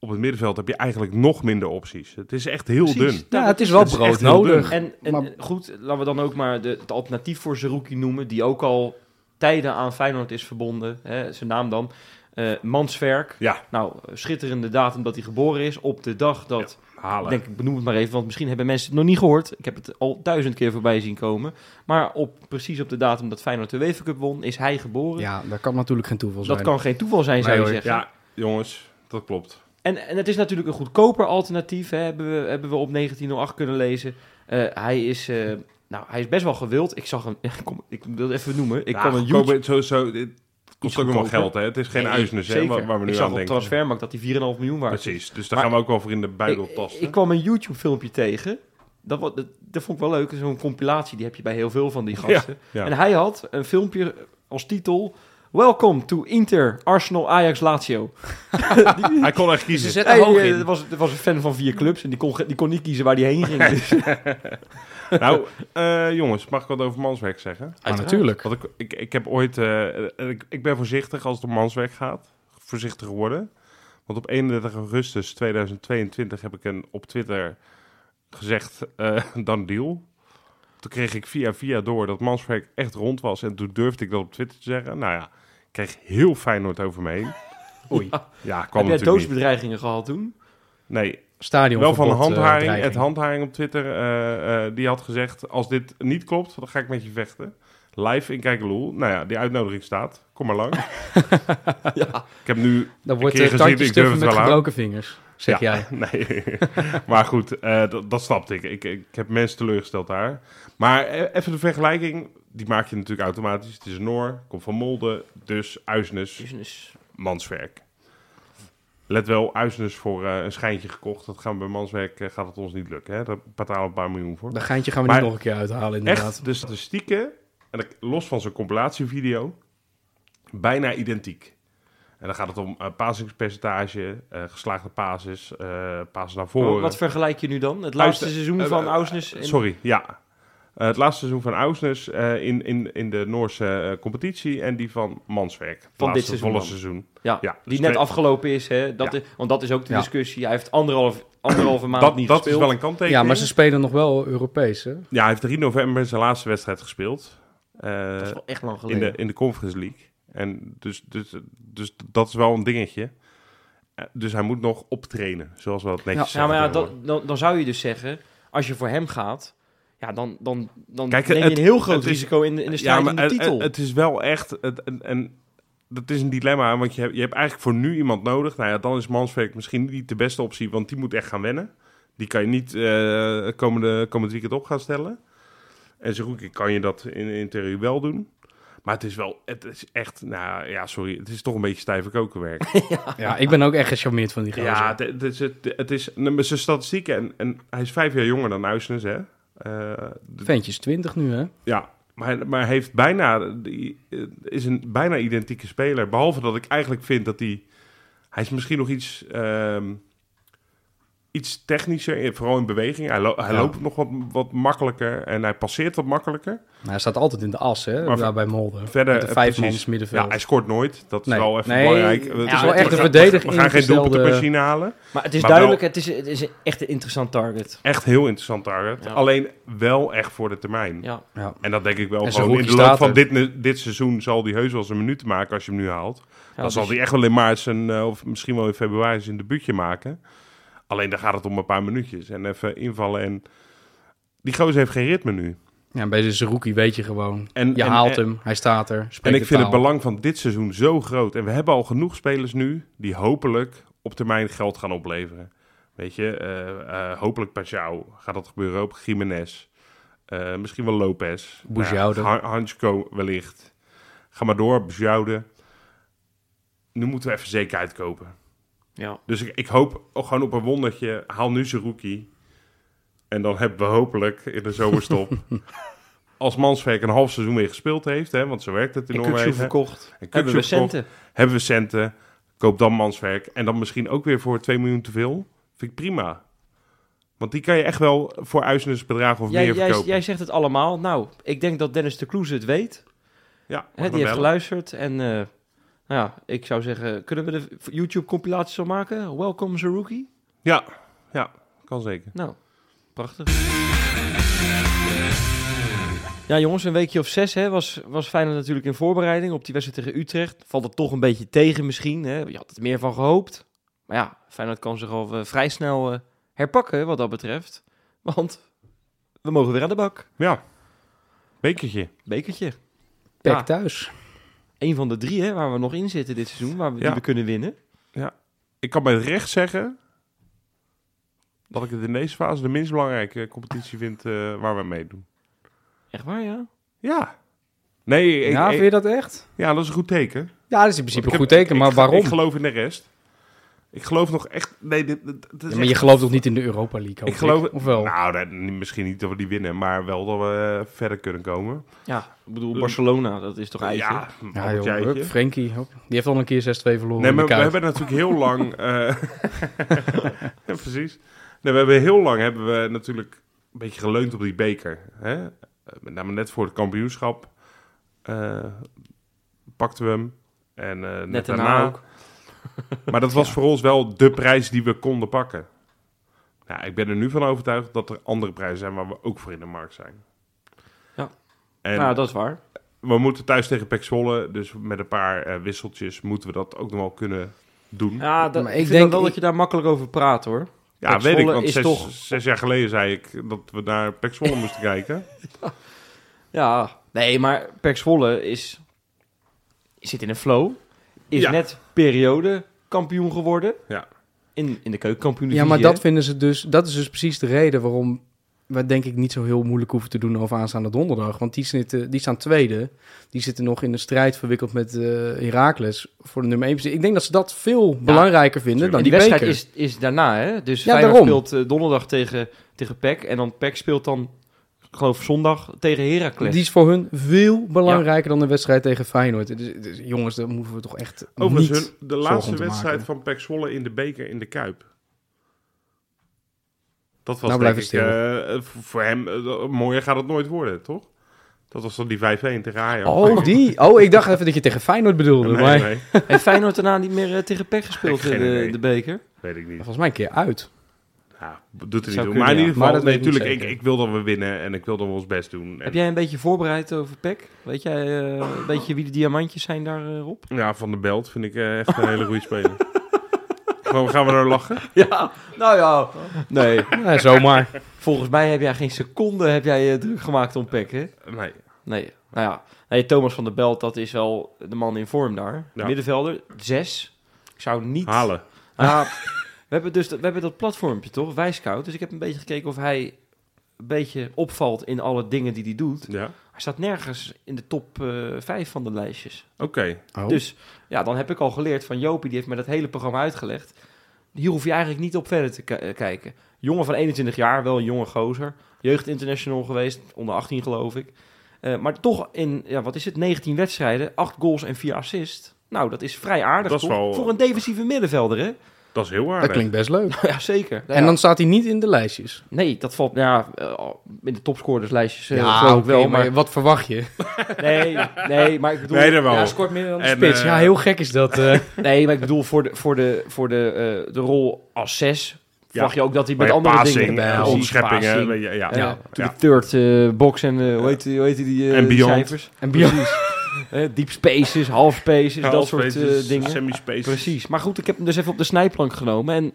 op het middenveld heb je eigenlijk nog minder opties. Het is echt heel
Precies.
dun.
ja,
Nou,
het is
dat
wel
is echt
brood
heel
nodig.
dun.
En, en
Maar-
goed, laten we dan ook maar de, het alternatief voor Zerouki noemen, die ook al tijden aan Feyenoord is verbonden. Hè, zijn naam dan. eh Mansverk.
Ja.
Nou, schitterende datum dat hij geboren is. Op de dag dat,
Halen.
denk ik, benoem het maar even, want misschien hebben mensen het nog niet gehoord. Ik heb het al duizend keer voorbij zien komen. Maar op, precies op de datum dat Feyenoord de UEFA Cup won, is hij geboren.
Ja, dat kan natuurlijk geen toeval zijn.
dat kan geen toeval zijn, zou
Nee,
je
hoor.
zeggen.
ja, jongens, dat klopt.
En, en het is natuurlijk een goedkoper alternatief, hè, hebben, we, hebben we op 1908 kunnen lezen. Eh, hij is eh, Nou, hij is best wel gewild. Ik zag hem, kom, ik wil het even noemen. Ik
Ja,
kan een
goedkoop-
YouTube...
Zo, zo, dit kost
Iets
ook nog wel
goedkoper.
geld, hè? Het is geen
Nee,
uisnes, hè?
zeker.
Waar, waar we nu
ik zag
aan
op
denken.
transfermarkt dat hij 4,5 miljoen waard is.
Precies, dus daar
Maar-
gaan we ook over in de buidel
Ik-
tasten.
Ik, kwam een YouTube-filmpje tegen. Dat, wa- dat, dat vond ik wel leuk. Zo'n compilatie, die heb je bij heel veel van die gasten.
ja.
En hij had een filmpje als titel... Welcome to Inter, Arsenal, Ajax, Lazio.
Hij kon echt
Ze
kiezen.
zetten
Hey,
hoog
eh,
in.
dat was, dat was een fan van vier clubs en die kon, ge- die kon niet kiezen waar die heen ging. Dus,
Nou, eh, jongens, mag ik wat over manswerk zeggen?
Ah, natuurlijk.
Want ik, ik, ik heb ooit... eh, eh, ik, ik ben voorzichtig als het om manswerk gaat. Voorzichtig worden. Want op 31 augustus 2022 heb ik een, op Twitter gezegd... eh, dan deal. Toen kreeg ik via via door dat manswerk echt rond was. En toen durfde ik dat op Twitter te zeggen. Nou ja, ik kreeg heel Feyenoord over me heen.
Oei.
Ja, kwam
heb jij
natuurlijk niet.
doodsbedreigingen gehad toen?
Nee,
Stadion. eh,
Wel van handharing. het handharing op Twitter. eh, eh, die had gezegd: Als dit niet klopt, dan ga ik met je vechten. Live in Kijkeloel. Nou ja, die uitnodiging staat. Kom maar lang. Ik heb nu.
Dan wordt
keer
het
gezien,
tandjes
ik durf
stuffen
het
met
wel aan.
gebroken vingers, zeg
Ja,
jij.
Nee. maar goed, eh, dat, dat snapte ik. ik. Ik heb mensen teleurgesteld daar. Maar eh, even de vergelijking. Die maak je natuurlijk automatisch. Het is een Noor. Komt van Molde. Dus Uisnes.
Business.
Manswerk. Let wel, Uisnes voor eh, een schijntje gekocht. Dat gaan we bij Manswerk. eh, gaat het ons niet lukken. Hè? Daar betalen we een paar miljoen voor.
Dat geintje gaan we
Maar-
niet nog een keer uithalen, inderdaad.
Echt, de statistieken, en ik- los van zijn compilatievideo, bijna identiek. En dan gaat het om eh pasingspercentage, eh, geslaagde pases, eh pases naar voren.
Oh, Wat vergelijk je nu dan? Het laatste seizoen
eh,
van
eh,
Ausnes? in-
Sorry, ja. Eh, het laatste seizoen van Ausnes eh, in, in, in de Noorse eh, competitie en die van Manswerk. Het
dit
laatste
seizoen
volle
dan.
seizoen.
Ja,
Ja,
die
dus
net
twee-
afgelopen is, hè? Dat
Ja.
is. Want dat is ook de
Ja.
discussie. Hij heeft anderhalf, anderhalve maand
Dat,
niet
dat is
gespeeld.
wel een kanttekening.
Ja, maar ze spelen nog wel Europees, hè?
Ja, hij heeft 3 november zijn laatste wedstrijd gespeeld. Eh,
Dat is wel echt lang
in
geleden.
de, in de Conference League. En dus, dus, dus dat is wel een dingetje. Eh, Dus hij moet nog optrainen, zoals we dat netjes
Ja, maar ja,
zeggen
dat,
tegenwoordig.
dan, dan zou je dus zeggen, als je voor hem gaat, ja, dan, dan, dan
Kijk,
neem je
het-
een heel groot
het is-
risico in de, in de strijd om de
het-
titel.
Het, het is wel echt... Het, en, en dat is een dilemma, want je hebt, je hebt eigenlijk voor nu iemand nodig. Nou ja, dan is Manswerk misschien niet de beste optie, want die moet echt gaan wennen. Die kan je niet eh komende, komend weekend op gaan stellen. En zo goed kan je dat in, in theorie wel doen. Maar het is wel, het is echt, nou ja, sorry, het is toch een beetje stijve kokenwerk.
Ja, Ah, ik ben ook echt gecharmeerd van die gozer.
Ja, het, het is, het, het is nummer- zijn statistieken. En, en hij is vijf jaar jonger dan Uisnes, hè? Eh, d-
Ventje is 20 nu, hè?
ja, maar, maar hij heeft bijna, die, eh, is een bijna identieke speler. Behalve dat ik eigenlijk vind dat hij... Hij is misschien nog iets, ehm, iets technischer, eh, vooral in beweging. Hij, lo- hij
Ja.
loopt nog wat, wat makkelijker en hij passeert wat makkelijker.
Maar hij staat altijd in de as, hè?
Maar
daar bij Molde.
verder,
Met de
eh,
vijfmans
precies.
middenveld.
Ja, hij scoort nooit. Dat is
Nee.
wel even
Nee,
belangrijk.
het
We-
is
we-
wel echt
we
een
gaan-
verdedig
We gaan geen
ingestelde-
doelpuntenmachine halen.
maar het is
maar
duidelijk,
wel-
het, is, het is een- echt een interessant target.
Echt heel interessant target.
Ja.
Alleen wel echt voor de termijn.
Ja.
Ja.
En dat denk ik wel
En zijn
gewoon in de
hoekje
loop
staat
van
er.
dit, ne- dit seizoen zal die heus wel zijn minuten maken als je hem nu haalt.
Ja,
dan zal
dus-
hij echt wel in maart zijn, eh, of misschien wel in februari zijn debuutje maken. Alleen dan gaat het om een paar minuutjes en even invallen. En die gozer heeft geen ritme nu.
Ja, bij deze rookie weet je gewoon.
En,
Je
en-
haalt
en-
hem, hij staat er.
En
spreekt
ik
de
vind het
taal.
belang van dit seizoen zo groot. En we hebben al genoeg spelers nu die hopelijk op termijn geld gaan opleveren. Weet je, eh, eh, hopelijk Pajau gaat dat gebeuren. Ook Jiménez. Eh, misschien wel Lopez.
Boujoude.
Nou ja, Han- Hansko wellicht. Ga maar door, Bujoude. Nu moeten we even zekerheid kopen.
Ja.
Dus ik, ik hoop ook gewoon op een wondertje. Haal nu zijn rookie. En dan hebben we hopelijk in de zomerstop... als Manswerk een half seizoen weer gespeeld heeft... Hè, want zo werkt het in
En Kukzu
Noorwegen.
verkocht.
En
Hebben we
Kukzu verkocht.
centen.
Hebben we centen. Koop dan Manswerk. En dan misschien ook weer voor 2 miljoen te veel. Vind ik prima. Want die kan je echt wel voor uizenders bedragen of
Jij,
meer
jij,
verkopen.
jij zegt het allemaal. Nou, ik denk dat Dennis de Kloeze het weet.
ja, mag
Hè,
me
die heeft
bellen.
geluisterd en... eh, nou ja, ik zou zeggen, kunnen we de YouTube-compilatie zo maken? Welcome, Zerouki.
Ja, ja, kan zeker.
Nou, prachtig. Ja, jongens, een weekje of zes hè, was, was Feyenoord natuurlijk in voorbereiding op die wedstrijd tegen Utrecht. Valt het toch een beetje tegen misschien. Hè? Je had er meer van gehoopt. Maar ja, Feyenoord kan zich al eh, vrij snel eh, herpakken wat dat betreft. Want we mogen weer aan de bak.
Ja, bekertje.
Bekertje.
Pek
Ja.
thuis.
Een van de drie hè, waar we nog in zitten dit seizoen, waar we, die
Ja.
we kunnen winnen.
Ik kan met recht zeggen dat ik het in deze fase de minst belangrijke competitie vind eh, waar we aan meedoen.
Echt waar, ja?
Ja. Nee, ik-
ja,
ik-
vind je dat echt?
ja, dat is een goed teken.
Ja, dat is in principe
Want
een
ik
goed
heb-
teken,
ik-
maar
ik ga-
waarom?
Ik geloof in de rest. Ik geloof nog echt... Nee, dit, dit- dit is
Ja, maar je
echt-
gelooft toch niet in de Europa League? hoop
Ik geloof-
Of wel?
Nou, dat- misschien niet dat we die winnen, maar wel dat we eh, verder kunnen komen.
Ja, ik bedoel, Barcelona, dat is toch eigenlijk...
Ja, een
ja,
appeltje,
joh, hup,
eitje.
Frenkie, hup. die heeft al een keer 6-2 verloren.
Nee,
in de
maar we
Kuip.
hebben natuurlijk heel lang. eh, ja, precies. Nee, we hebben heel lang hebben we natuurlijk een beetje geleund op die beker. Hè? Eh, Met name net voor het kampioenschap eh, pakten we hem. En eh, net,
Net daarna,
daarna.
ook.
Maar dat was voor ons wel de prijs die we konden pakken. Nou, ik ben er nu van overtuigd dat er andere prijzen zijn waar we ook voor in de markt zijn.
Ja.
En
Nou, dat is waar.
we moeten thuis tegen Pek Zwolle, dus met een paar eh, wisseltjes moeten we dat ook nog wel kunnen doen.
Ja, dat,
Maar
ik,
ik
denk
denk-
wel
ik-
dat je daar makkelijk over praat, hoor.
Ja,
Pek
weet ik,
Zwolle
want
is
zes,
toch-
zes jaar geleden zei ik dat we naar Pek Zwolle moesten kijken.
Ja, nee, maar Pek Zwolle is, zit in een flow. Is
Ja.
net periode kampioen geworden.
Ja.
In, in de keukenkampioen
Ja, maar dat vinden ze dus. Dat is dus precies de reden waarom we denk ik niet zo heel moeilijk hoeven te doen over aanstaande donderdag. Want die, zitten, die staan tweede. Die zitten nog in een strijd verwikkeld met eh Herakles voor de nummer 1. Ik denk dat ze dat veel belangrijker vinden dan
en
die,
die wedstrijd
beker.
is, is daarna, hè? Dus
Ja,
Feyenoord
daarom.
speelt eh, donderdag tegen, tegen PEC. En dan PEC speelt dan, ik geloof zondag, tegen Heracles.
Die is voor hun veel belangrijker dan de wedstrijd tegen Feyenoord. Dus, dus jongens, daar moeten we toch echt
Overigens,
niet...
hun- de
zorgen
laatste
te
wedstrijd
maken.
van Pek Zwolle in de beker in de Kuip. Dat was
Nou,
denk
blijf
ik,
stil.
eh, v- voor hem, eh, mooier gaat het nooit worden, toch? Dat was dan die 5-1 tegen Ajax.
Oh, die. Oh, ik dacht even dat je tegen Feyenoord bedoelde.
Nee,
maar
nee,
Heeft Feyenoord daarna niet meer eh, tegen PEC gespeeld
Geen
in de,
idee.
de beker?
weet ik niet.
volgens mij een keer uit.
Ja, doet er niet
Zou
toe.
kunnen,
Maar in
ja.
ieder
Maar
geval,
dat
nee,
weet ik niet
natuurlijk, ik,
zeker.
ik wil dat we winnen en ik wil dat we ons best doen. En,
Heb jij een beetje voorbereid over PEC? Weet jij eh, een beetje wie de diamantjes zijn eh, daarop?
Ja, Van der Belt vind ik eh, echt een hele goede speler. Gewoon, gaan we er lachen?
ja, nou ja. Nee,
Ja, zomaar.
volgens mij heb jij geen seconde heb jij, eh, druk gemaakt om PEC, hè?
Nee.
Nee, nou ja. Nee, Thomas van der Belt, dat is wel de man in vorm daar.
Ja.
Middenvelder, zes. Ik zou niet...
Halen.
Ja, we hebben dus dat, we hebben dat platformpje, toch? Wijscout. Dus ik heb een beetje gekeken of hij een beetje opvalt in alle dingen die hij doet.
Ja.
Hij staat nergens in de top eh vijf van de lijstjes.
Oké.
Oh.
Dus ja, dan heb ik al geleerd van Jopie, die heeft me dat hele programma uitgelegd. Hier hoef je eigenlijk niet op verder te ki- eh, kijken. Jongen van 21 jaar, wel een jonge gozer. Jeugd international geweest, onder 18 geloof ik. Eh, maar toch in, ja, wat is het, 19 wedstrijden, 8 goals en 4 assists. Nou, dat is vrij aardig
Dat is
toch?
wel- eh,
voor een defensieve middenvelder, hè?
Dat is heel
dat
aardig.
klinkt best leuk.
ja, zeker.
En dan staat hij niet in de lijstjes.
Nee, dat valt ja, eh, in de topscorerslijstjes eh
oké,
geloof ik wel. Maar,
wat verwacht je?
nee, nee, maar ik bedoel...
Nee, dat wel.
Ja, scoort minder dan de
En,
spits.
eh,
ja, heel gek is dat. eh.
Nee, maar ik bedoel voor de, voor de, voor de, eh, de rol als zes verwacht je ook dat hij met
Bij
andere
passing,
dingen...
eh,
Precies,
omscheppingen.
passing,
weet je, Ja,
eh,
ja.
to
ja.
the third eh, box en eh, hoe heet die, hoe heet die eh,
En
die
beyond.
cijfers?
en Bjorn.
Eh, deep spaces, half spaces, dat soort eh,
Halfspaces,
dingen.
Semi-spaces.
Precies. Maar goed, ik heb hem dus even op de snijplank genomen en...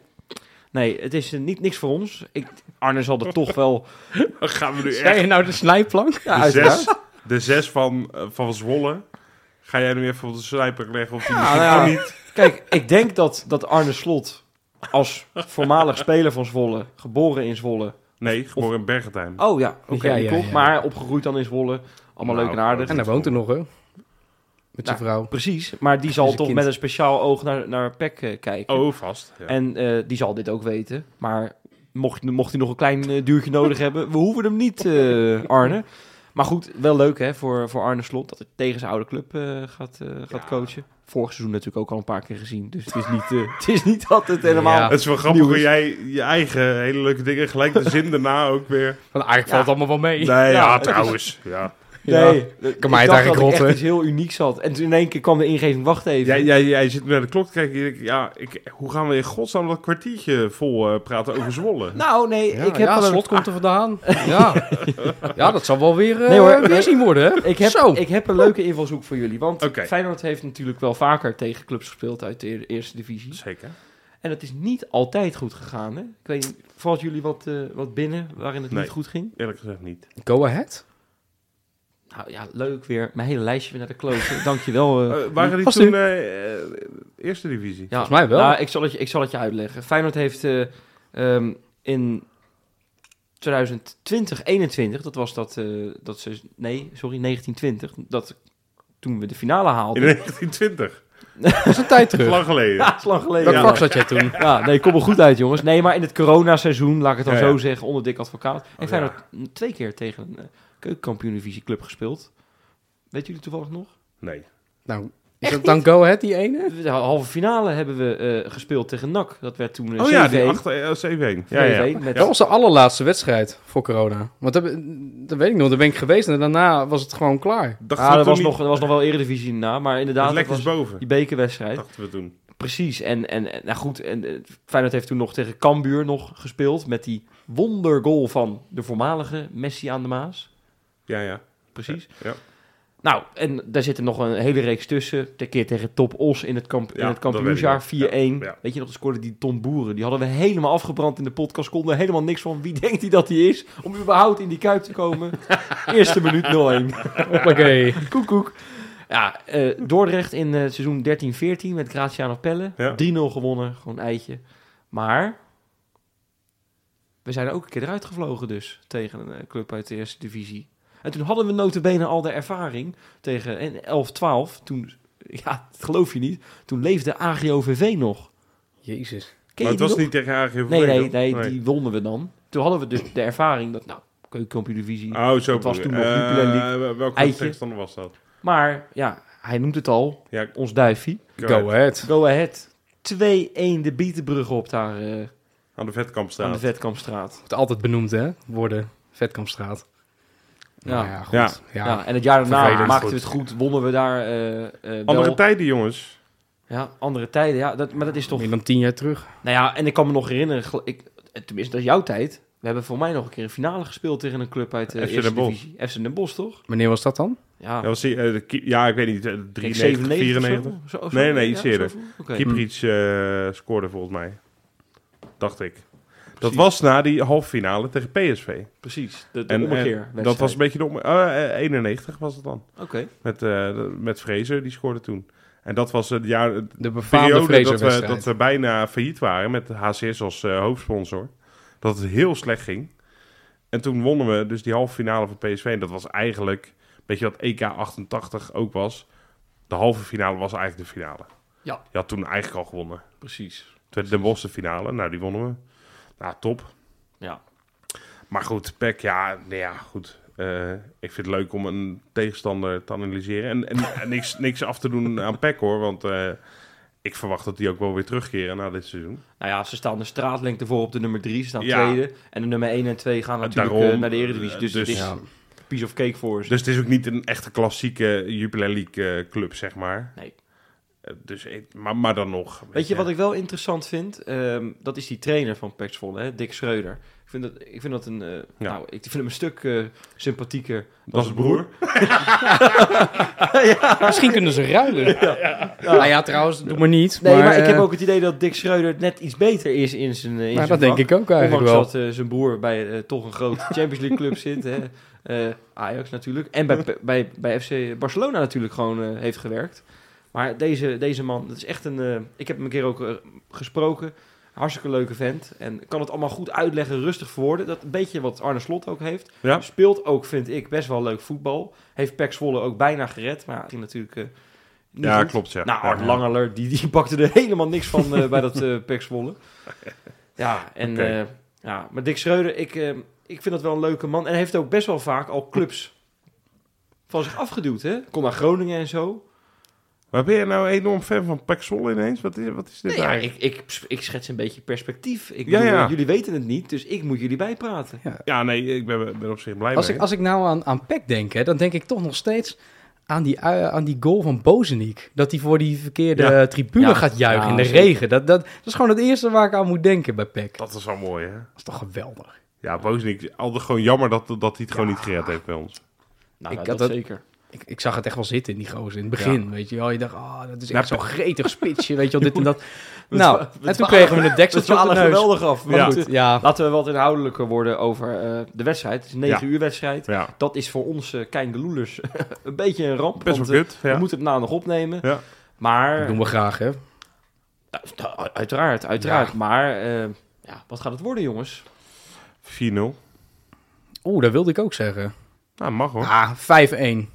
Nee, het is eh, niet niks voor ons. Ik, Arne zal er toch wel...
Dan gaan we nu
Zijn
echt
je nou de snijplank?
Ja,
de
uiteraard.
zes, de zes van, eh, van Zwolle. Ga jij nu even op de slijper leggen of die
Ja,
misschien
nou ja.
ook niet?
Kijk, ik denk dat, dat Arne Slot als voormalig speler van Zwolle, geboren in Zwolle.
Nee, geboren in Bergentuin.
Oh ja, oké,
Ja, ja,
klopt.
ja.
Maar opgegroeid dan in Zwolle. Allemaal
Nou,
leuk en aardig.
en
En hij woont er nog, hè? Met zijn
Nou,
vrouw.
Precies, maar die zal
Is een
toch
kind.
met een speciaal oog naar, naar Peck eh, kijken.
Oh, vast. Ja.
En eh, die zal dit ook weten. Maar mocht, mocht hij nog een klein eh, duurtje nodig hebben, we hoeven hem niet, eh, Arne. Maar goed, wel leuk hè, voor, voor Arne Slot dat hij tegen zijn oude club eh, gaat, eh, gaat
Ja.
coachen. Vorig seizoen natuurlijk ook al een paar keer gezien. Dus het is niet, eh, het is niet dat het helemaal...
Ja.
het is wel grappig
nieuws.
hoe jij je eigen hele leuke dingen gelijk de zin daarna ook weer.
Want eigenlijk
Ja.
valt het allemaal wel mee.
Nee, ja,
Ja, het is-
trouwens. Ja.
Nee,
Ja.
ik
kan mij het
dacht
eigenlijk
dat ik
rotten.
echt iets heel unieks had. En toen in één keer kwam de ingeving, wacht even.
Jij, jij, jij zit naar de klok te kijken. en je denkt, Ja, ik, hoe gaan we in godsnaam dat kwartiertje vol eh, praten over Zwolle?
Nou, nee,
Ja,
ik heb
ja,
wel een-
slot komt er vandaan. Ja, ja dat zal wel weer, eh
Nee hoor.
weer zien worden, hè?
Ik heb,
Zo.
ik heb een leuke invalshoek voor jullie. Want
Oké.
Feyenoord heeft natuurlijk wel vaker tegen clubs gespeeld uit de eer- eerste divisie.
Zeker.
En dat is niet altijd goed gegaan. Hè? Ik weet niet, valt jullie wat, eh, wat binnen waarin het
Nee.
niet goed ging?
Eerlijk gezegd niet.
Go ahead.
Nou ja, leuk weer. Mijn hele lijstje weer naar de kloten. Dankjewel. eh
Eh, waren die
Was
toen
u-
eh, eh, eerste divisie?
Ja,
Volgens mij wel.
Nou, ik, zal het je, ik zal het je uitleggen. Feyenoord heeft eh, ehm, in 2020, 21, dat was dat, eh, dat ze, nee, sorry, 1920, dat toen we de finale
In
haalden.
1920.
Dat is een tijd terug.
Lang geleden.
Ja, is lang geleden.
Dat
Ja.
vak zat jij toen.
Ja, nee, kom er goed uit, jongens. Nee, maar in het coronaseizoen, laat ik het dan
Ja, ja. Oh,
zo zeggen, onder dik advocaat.
ja.
En Feyenoord twee keer tegen een eh, keukenkampioen-divisie club gespeeld. Weet jullie toevallig nog?
Nee.
Nou, is
Echt
dat dan Go Ahead, die ene?
De halve finale hebben we eh, gespeeld tegen NAC. Dat werd toen eh,
Oh ja,
7-1.
die achter eh, 7-1. Ja, ja,
7-1
ja.
met-
Dat was de allerlaatste wedstrijd voor corona. Want dat, dat weet ik nog, daar ben ik geweest en daarna was het gewoon klaar.
Dacht
Ah, dat was, nog, dat was nog wel eredivisie na, maar inderdaad, dat
Lek is
was
boven,
die bekerwedstrijd.
dachten we toen.
Precies, en, en en, nou goed, en, eh, Feyenoord heeft toen nog tegen Cambuur nog gespeeld met die wondergoal van de voormalige Messi aan de Maas.
Ja, ja.
Precies.
Ja.
Nou, en daar zit er nog een hele reeks tussen. Ter keer tegen Top Os in het, kamp
Ja,
in het
dat
kampioensjaar 4-1.
weet ik nog. Ja, ja.
Weet je nog, de scoorde die Tom Boeren. Die hadden we helemaal afgebrand in de podcast. Konden helemaal niks van wie denkt hij dat hij is om überhaupt in die kuip te komen. Eerste minuut 0-1.
Hoppakee.
Koek, koek. Ja, eh, Dordrecht in eh seizoen 13-14 met Graziano Pelle.
Ja.
3-0 gewonnen, gewoon eitje. Maar we zijn er ook een keer eruit gevlogen dus tegen een eh, club uit de eerste divisie. En toen hadden we notabene al de ervaring tegen en 11-12. Toen, ja, dat geloof je niet, toen leefde AGOVV nog.
Jezus.
maar
Ken je
het
die
was
nog?
niet tegen AGV.
Nee, nee, nee, die wonnen we dan. Toen hadden we dus de ervaring dat, nou, keukenkampioen divisie.
Oh, zo.
Dat was toen nog
Eh,
Jupiler
Welke
Eitje.
tegenstander was dat?
Maar ja, hij noemt het al,
Ja,
ons duifie.
Go Ahead.
Go Ahead. 2-1 de Bietenbrug op daar eh,
Aan de Vetkampstraat.
aan de Vetkampstraat.
Wordt altijd benoemd, hè? Worden. Vetkampstraat.
Ja.
Nou goed.
Ja.
Ja.
Ja.
en het jaar daarna
Vervelend.
maakten we
Goed.
het goed, wonnen we daar eh, eh,
Andere
wel.
tijden, jongens.
Ja, andere tijden. Ja, dat, maar dat is toch...
Meer dan tien jaar terug.
Nou ja, en ik kan me nog herinneren, gel- ik, tenminste dat is jouw tijd. We hebben voor mij nog een keer een finale gespeeld tegen een club uit de
FC Den
eerste
Bosch.
divisie. FC Den Bosch, toch?
Wanneer was dat dan?
Ja,
Ja, was die, eh, de ki- ja, ik weet niet. eh, 93, 94. Nee, nee, iets eerder.
Okay.
Kieprits eh, scoorde volgens mij. Dacht ik. Dat
Precies.
was na die halve finale tegen PSV.
Precies, de, de
En,
ommekeer.
en dat
wedstrijd.
was een beetje de om- eh, eh, 91 was het dan.
Oké.
Met, eh met Fraser, die scoorde toen. En dat was het jaar, de
De befaamde
periode dat we,
Fraser-wedstrijd.
dat we bijna failliet waren met HCS als eh, hoofdsponsor. Dat het heel slecht ging. En toen wonnen we dus die halve finale van PSV. En dat was eigenlijk, weet je wat EK 88 ook was? De halve finale was eigenlijk de finale.
Ja.
Je had toen eigenlijk al gewonnen.
Precies.
Toen werd Den Bosch de finale. Nou, die wonnen we. Nou, top.
Ja.
Maar goed, Peck, ja, nou ja, goed. Eh, ik vind het leuk om een tegenstander te analyseren. En, en, en niks, niks af te doen aan Peck, hoor. Want eh, ik verwacht dat die ook wel weer terugkeren na dit seizoen.
Nou ja, ze staan de straatlengte voor op de nummer 3, ze staan
Ja.
tweede. En de nummer 1 en 2 gaan natuurlijk
Daarom,
eh, naar de Eredivisie. Dus,
eh,
het
dus-
is
Ja.
een piece of cake voor ze.
Dus het is ook niet een echte klassieke Jupiler League eh, club, zeg maar.
Nee.
Eh, dus, ik- maar, maar dan nog.
Weet je wat ik wel interessant vind? Ehm, dat is die trainer van Pax Volle, hè, Dick Schreuder. Ik vind dat, ik vind dat een... eh,
Ja.
Nou, ik vind hem een stuk eh, sympathieker
Dat is
zijn
broer. eh,
Misschien kunnen ze ruilen. Nou ja, trouwens, doe maar niet.
Nee, maar, ik
eh,
heb ook het idee dat Dick Schreuder net iets beter is in zijn eh, in
nou,
zijn
dat denk
vak.
ik ook eigenlijk
Ondanks
wel.
dat eh, zijn broer bij eh, toch een grote Champions League club zit. Hè. Eh, Ajax natuurlijk. En bij, bij, bij FC Barcelona natuurlijk gewoon eh, heeft gewerkt. Maar deze, deze man, dat is echt een... eh, ik heb hem een keer ook eh, gesproken. Hartstikke leuke vent. En kan het allemaal goed uitleggen, rustig verwoorden. Dat een beetje wat Arne Slot ook heeft.
Ja.
Speelt ook, vind ik, best wel leuk voetbal. Heeft Pek Zwolle ook bijna gered. Maar ja, ging natuurlijk... eh, niet
Ja,
goed.
klopt, ja.
Nou,
Ja,
Art
ja.
Langeler, die, die pakte er helemaal niks van eh, bij dat eh Pek Zwolle. Ja, en,
Oké.
eh, ja, maar Dick Schreuder, ik, eh, ik vind dat wel een leuke man. En hij heeft ook best wel vaak al clubs van zich afgeduwd, hè? Kom naar Groningen en zo.
Maar ben je nou enorm fan van Pek Zwolle ineens? Wat is, wat is dit
Nee, ja,
eigenlijk?
ik, ik, ik schets een beetje perspectief. Ik
Ja,
bedoel,
ja.
Jullie weten het niet, dus ik moet jullie bijpraten.
Ja, nee, ik ben, ben op zich blij
Als
mee.
ik, als ik nou aan, aan Peck denk, hè, dan denk ik toch nog steeds aan die, ui- aan die goal van Bozeniek. Dat hij voor die verkeerde
Ja.
tribune
Ja.
gaat juichen
Ja,
in de
zeker.
regen. Dat, dat, dat is gewoon het eerste waar ik aan moet denken bij Peck. Dat
Dat is wel mooi, hè?
is toch geweldig.
Ja, Bozeniek, altijd gewoon jammer dat, dat hij het gewoon niet gered heeft bij ons.
Nou,
Ik
ja, dat,
had dat-
zeker.
Ik, ik zag het echt wel zitten in die gozer in het begin, weet je wel. Je dacht, ah, dat is echt
Ja.
zo'n gretig spitsje, weet je wel, dit en dat.
We
Nou,
dwa- we
en toen
dwalen-
kregen we een
Dat
dekseltje op de
alle
neus.
geweldig af. Maar
Maar
Ja.
goed,
goed, ja.
Laten we wat inhoudelijker worden over eh, de wedstrijd. Het is een 9 uur wedstrijd.
Ja,
Dat is voor ons eh Keingeloelers een beetje een ramp.
best
want,
wel
eh,
kut. Ja.
We moeten het na nog opnemen.
Ja.
Maar
Dat doen we graag, hè.
Nou, eh, Uiteraard, uiteraard. Maar eh, ja, wat gaat het worden, jongens?
4-0.
Oeh, dat wilde ik ook zeggen.
Nou, mag hoor.
Ah, 5-1.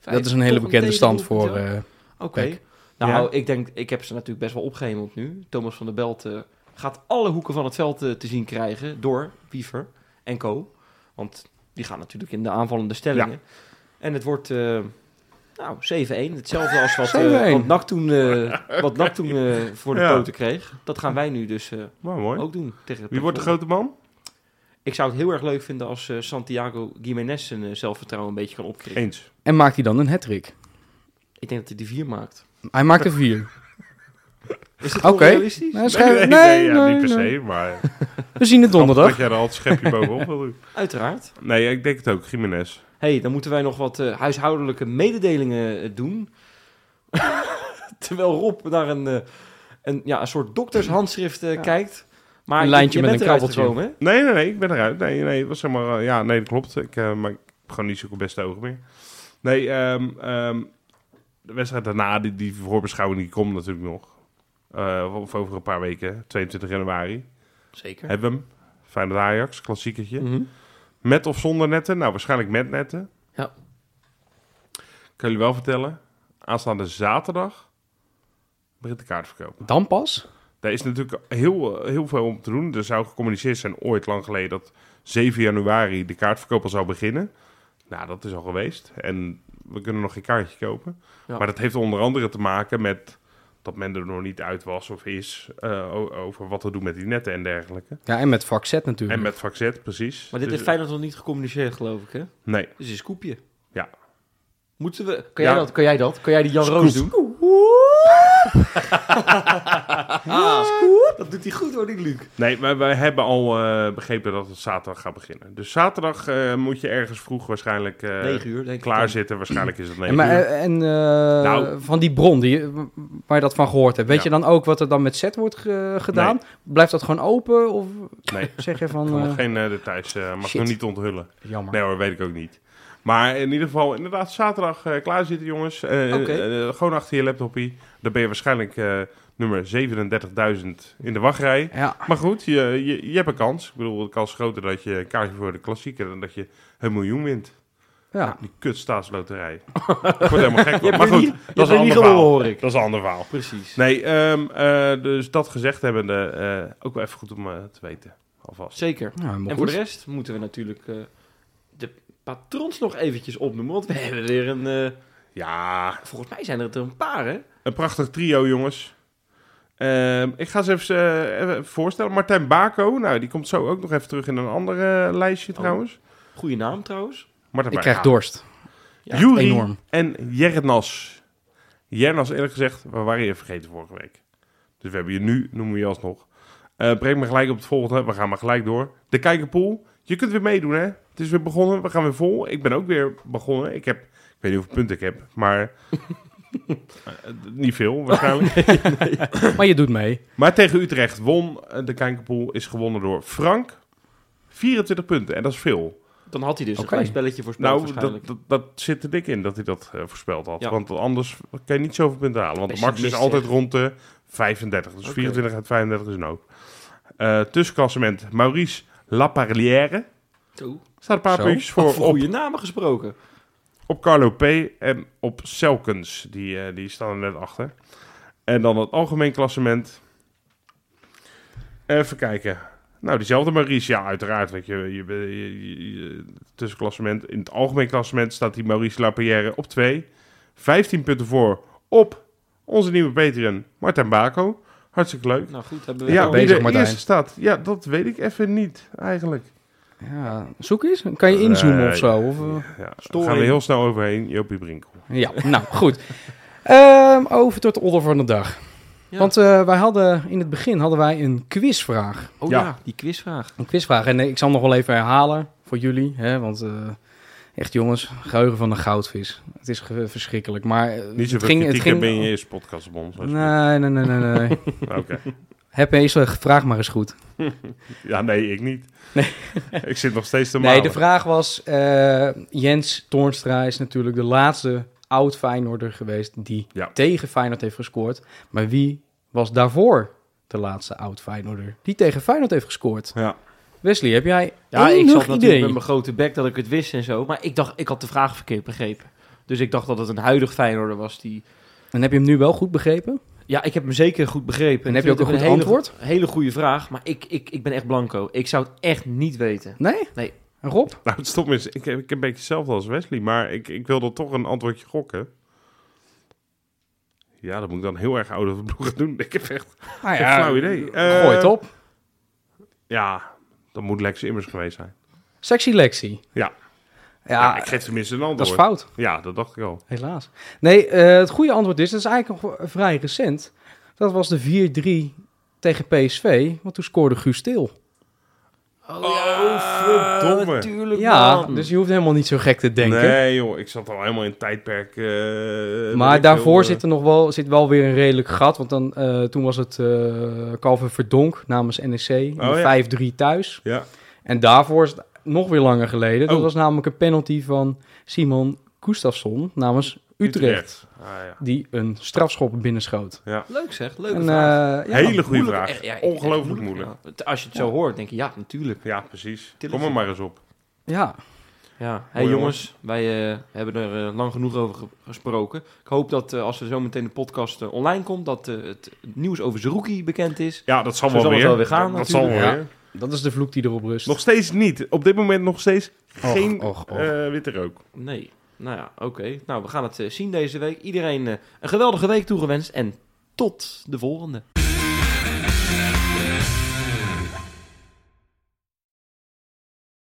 Dat is een hele bekende stand voor... eh,
Oké.
Peck.
Nou,
Ja.
ik denk, ik heb ze natuurlijk best wel opgehemeld nu. Thomas van der Belt eh, gaat alle hoeken van het veld eh, te zien krijgen door Wiever en Co. Want die gaan natuurlijk in de aanvallende stellingen. En het wordt eh, nou, 7-1. Hetzelfde als wat, eh
7-1.
wat NAC toen, eh, wat NAC toen eh, voor de
Ja.
poten kreeg. Dat gaan wij nu dus eh,
Nou, mooi.
ook doen. Tegen
Wie wordt de
Pek.
grote man?
Ik zou het heel erg leuk vinden als eh, Santiago Gimenez zijn eh, zelfvertrouwen een beetje kan opkrikken.
Eens.
En maakt hij dan een hat
Ik denk dat hij die vier maakt.
Hij maakt er vier.
Is dit
Oké.
realistisch?
Nee,
Nee,
nee,
schijn- nee,
ja,
nee,
niet per
nee.
se, maar
We zien het donderdag.
dat jij er al het schepje bovenop wil doen.
Uiteraard.
Nee, ik denk het ook, Jiménez.
Hé, hey, dan moeten wij nog wat eh, huishoudelijke mededelingen eh, doen. Terwijl Rob naar een, eh, een, ja, een soort doktershandschrift eh,
Ja.
kijkt. Maar
Een
je-
lijntje
je
met
bent
een
eruit
krabbeltje.
gekomen, hè?
Nee, nee, nee, ik ben eruit. Nee, nee, het was zeg maar... eh, ja, nee, dat klopt. Ik, eh, maar ik heb gewoon niet zulke beste ogen meer. Nee, ehm, ehm, de wedstrijd daarna, die, die voorbeschouwing, die komt natuurlijk nog. Eh, of over een paar weken, 22 januari.
Zeker. Mhm.
Hebben we hem. Feyenoord Ajax, klassiekertje. Met of zonder netten? Nou, waarschijnlijk met netten.
Ja.
Ik kan jullie wel vertellen, aanstaande zaterdag begint de kaartverkoop.
Dan pas?
Daar is natuurlijk heel, eh, heel veel om te doen. Er zou gecommuniceerd zijn ooit lang geleden dat 7 januari de kaartverkoop al zou beginnen. Nou, dat is al geweest. En we kunnen nog geen kaartje kopen.
Ja.
Maar dat heeft onder andere te maken met dat men er nog niet uit was of is eh, o- over wat te doen met die netten en dergelijke.
Ja, en met vak Z natuurlijk.
En met vaccet, precies.
Mhm. Maar
Dus-
dit
eh,
heeft Feyenoord nog niet gecommuniceerd, geloof ik, hè?
Nee.
Dus een scoopje.
Ja.
Moeten we... Kan,
Ja.
jij dat, kan jij dat? Kan jij die Jan
Scoop.
Roos doen? Ah, dat doet hij goed, hoor, die
Eh,
Luc.
Nee, wij, wij hebben al eh, begrepen dat het zaterdag gaat beginnen. Dus zaterdag eh, moet je ergens vroeg waarschijnlijk eh,
9 uur, denk ik. dan.
klaarzitten. Waarschijnlijk is het
En,
9
maar,
uur.
eh, en eh,
Nou.
van die bron die, waar je dat van gehoord hebt, weet
Ja.
je dan ook wat er dan met Z wordt ge- gedaan? Blijft dat gewoon open? Of
Nee,
zeg je
ik
van...
kan nog
eh,
geen eh, details. eh, mag ik
shit.
nog niet onthullen.
Jammer.
Nee hoor, weet ik ook niet. Maar in ieder geval, inderdaad, zaterdag eh, klaarzitten jongens. Eh,
Oké.
eh, eh, gewoon achter je laptopie. Dan ben je waarschijnlijk eh, nummer 37.000 in de wachtrij.
Ja,
Maar goed, je, je, je hebt een kans. Ik bedoel, de kans is groter dat je een kaartje voor de klassieker... dan dat je een miljoen wint.
ja.
Die kut staatsloterij. ik word helemaal gek. van.
Je
Maar
hebt er
goed,
niet,
dat is een ander
gewonnen,
verhaal.
hoor ik.
Dat is een ander verhaal.
Precies.
Nee, ehm, eh, dus dat gezegd hebbende, eh, ook wel even goed om eh, te weten, alvast.
Zeker.
Nou, helemaal
En voor
goed.
de rest moeten we natuurlijk eh, de patrons nog eventjes opnoemen. Want we hebben weer een. eh,
Ja,
volgens mij zijn er er een paar, hè?
een prachtig trio, jongens. Ehm, ik ga ze even, eh, even voorstellen. Martijn Bako, nou, die komt zo ook nog even terug in een ander eh, lijstje,
Oh.
trouwens.
Goeie naam trouwens.
Martijn
Ik
Bako.
krijg dorst.
Ja,
Juri
enorm.
en Jernas. Jernas, eerlijk gezegd, we waren je vergeten vorige week. Dus we hebben je nu, noemen we je alsnog. Eh breng me gelijk op het volgende, we gaan maar gelijk door. De kijkerpool, je kunt weer meedoen hè. Het is weer begonnen, we gaan weer vol. Ik ben ook weer begonnen. Ik heb, ik weet niet hoeveel punten ik heb, maar... eh, niet veel waarschijnlijk.
Maar je doet mee.
Maar tegen Utrecht won eh, de kijkerpool, is gewonnen door Frank. 24 punten, en dat is veel.
Dan had hij dus
Oké.
een klein spelletje voorspeld
Nou,
waarschijnlijk.
dat, dat, dat zit er dik in dat hij dat eh, voorspeld had.
Ja.
Want anders kan je niet zoveel punten halen. Want de max is
Pessimist,
altijd
zeg.
rond de 35. Dus
Oké.
24 uit 35 is een hoop. Eh, tussenklassement Maurice Laparlière.
Zo.
Staat een paar
Zo.
puntjes
Over
voor op,
goede namen gesproken.
op Carlo P. en op Selkens. Die, eh, die staan er net achter. En dan het algemeen klassement. Even kijken. Nou, diezelfde Maurice. Ja, uiteraard. Weet je, je, je, je- je- tussenklassement. In het algemeen klassement staat die Maurice Lapierre op 2. 15 punten voor op onze nieuwe Patreon Martijn Bako. Hartstikke leuk.
Nou goed, hebben we.
Ja,
Oh,
wie
bezig,
de
Martijn.
eerste staat. Ja, dat weet ik even niet eigenlijk.
Ja, zoek eens. Kan je inzoomen
Nee.
of zo? Of, eh,
Ja, daar
storing.
gaan we heel snel overheen. Jopie Brinkel.
Ja, nou goed. Ehm, over tot de orde van de dag.
Ja.
Want eh, wij hadden in het begin hadden wij een quizvraag.
oh ja.
Ja.
die quizvraag.
Een quizvraag. En eh, ik zal hem nog wel even herhalen voor jullie. Hè, want eh, echt jongens, geheugen van een goudvis. Het is ge- verschrikkelijk. Maar eh,
Niet
het
zoveel
ging, het
kritiek
ging,
hebben in je eerste podcast op ons. alsjeblieft.
Nee, nee, nee, nee. nee.
Ah, Oké.
Heb deze vraag maar eens goed.
Ja, nee, ik niet. ik zit nog steeds te
Nee,
malen.
de vraag was... eh, Jens Toornstra is natuurlijk de laatste oud-Feyenoorder geweest... die
Ja.
tegen Feyenoord heeft gescoord. Maar wie was daarvoor de laatste oud-Feyenoorder die tegen Feyenoord heeft gescoord?
Ja.
Wesley, heb jij
Ja, ik
enig
zat natuurlijk
idee?
met mijn grote bek dat ik het wist en zo. Maar ik dacht, ik had de vraag verkeerd begrepen. Dus ik dacht dat het een huidig Feyenoorder was die...
En heb je hem nu wel goed begrepen?
Ja, ik heb hem zeker goed begrepen.
En
Ik
heb je
vind
ook een
het
goed
hele-
antwoord?
hele goede vraag, maar ik, ik, ik ben echt blanco. Ik zou het echt niet weten.
Nee?
Nee.
En Rob?
Nou, het stom is, ik, heb- ik heb een beetje hetzelfde als Wesley, maar ik, ik wilde toch een antwoordje gokken. Ja, dat moet ik dan heel erg oude bloed gaan doen. Ik heb echt...
Nou
Geen flauw idee.
Gooi het
Eh,
op.
Ja, dat moet Lex Immers geweest zijn.
Sexy Lexi.
Ja. Ja,
Ja,
ik geef tenminste een
dat is
antwoord.
fout.
Ja, dat dacht ik al.
Helaas. Nee, eh, het goede antwoord is, dat is eigenlijk nog vrij recent. Dat was de 4-3 tegen PSV, want toen scoorde Guus Stil.
Oh,
verdomme.
natuurlijk
Ja,
man.
dus je hoeft helemaal niet zo gek te denken.
Nee joh, ik zat al helemaal in het tijdperk... eh, weet
Maar
ik
daarvoor
veel, eh,
zit er nog wel, zit wel weer een redelijk gat. Want dan, eh, toen was het eh Calvin Verdonk namens NEC. in
Oh, ja.
de 5-3 thuis.
eh, Ja.
En daarvoor is het nog weer langer geleden. Dat
Oh.
was namelijk een penalty van Simon Gustafsson namens Utrecht.
Ah, ja.
Die een strafschop binnenschoot.
Leuk zeg, leuke
En,
vraag.
eh, ja,
Hele goede
Moeilijk,
vraag.
echt, ja,
Ongelooflijk
echt
moeilijk.
ja. Als je het zo hoort, denk je, ja, natuurlijk.
Ja, precies.
Tillich.
Kom er maar eens op.
ja.
Ja. Hey
Mooi,
jongens, wij eh, hebben er eh, lang genoeg over ge- gesproken. Ik hoop dat eh, als er zo meteen de podcast eh, online komt, dat eh, het nieuws over Zerouki bekend is.
Ja, dat zal
Zo
wel
zal
weer.
het wel weer gaan,
Dat zal wel
natuurlijk.
weer.
Dat is de vloek die erop rust.
Nog steeds niet. Op dit moment nog steeds
Och,
geen
och, och.
eh, witte rook.
Nee. Nou ja, oké. Nou, we gaan het eh, zien deze week. Iedereen eh, een geweldige week toegewenst en tot de volgende.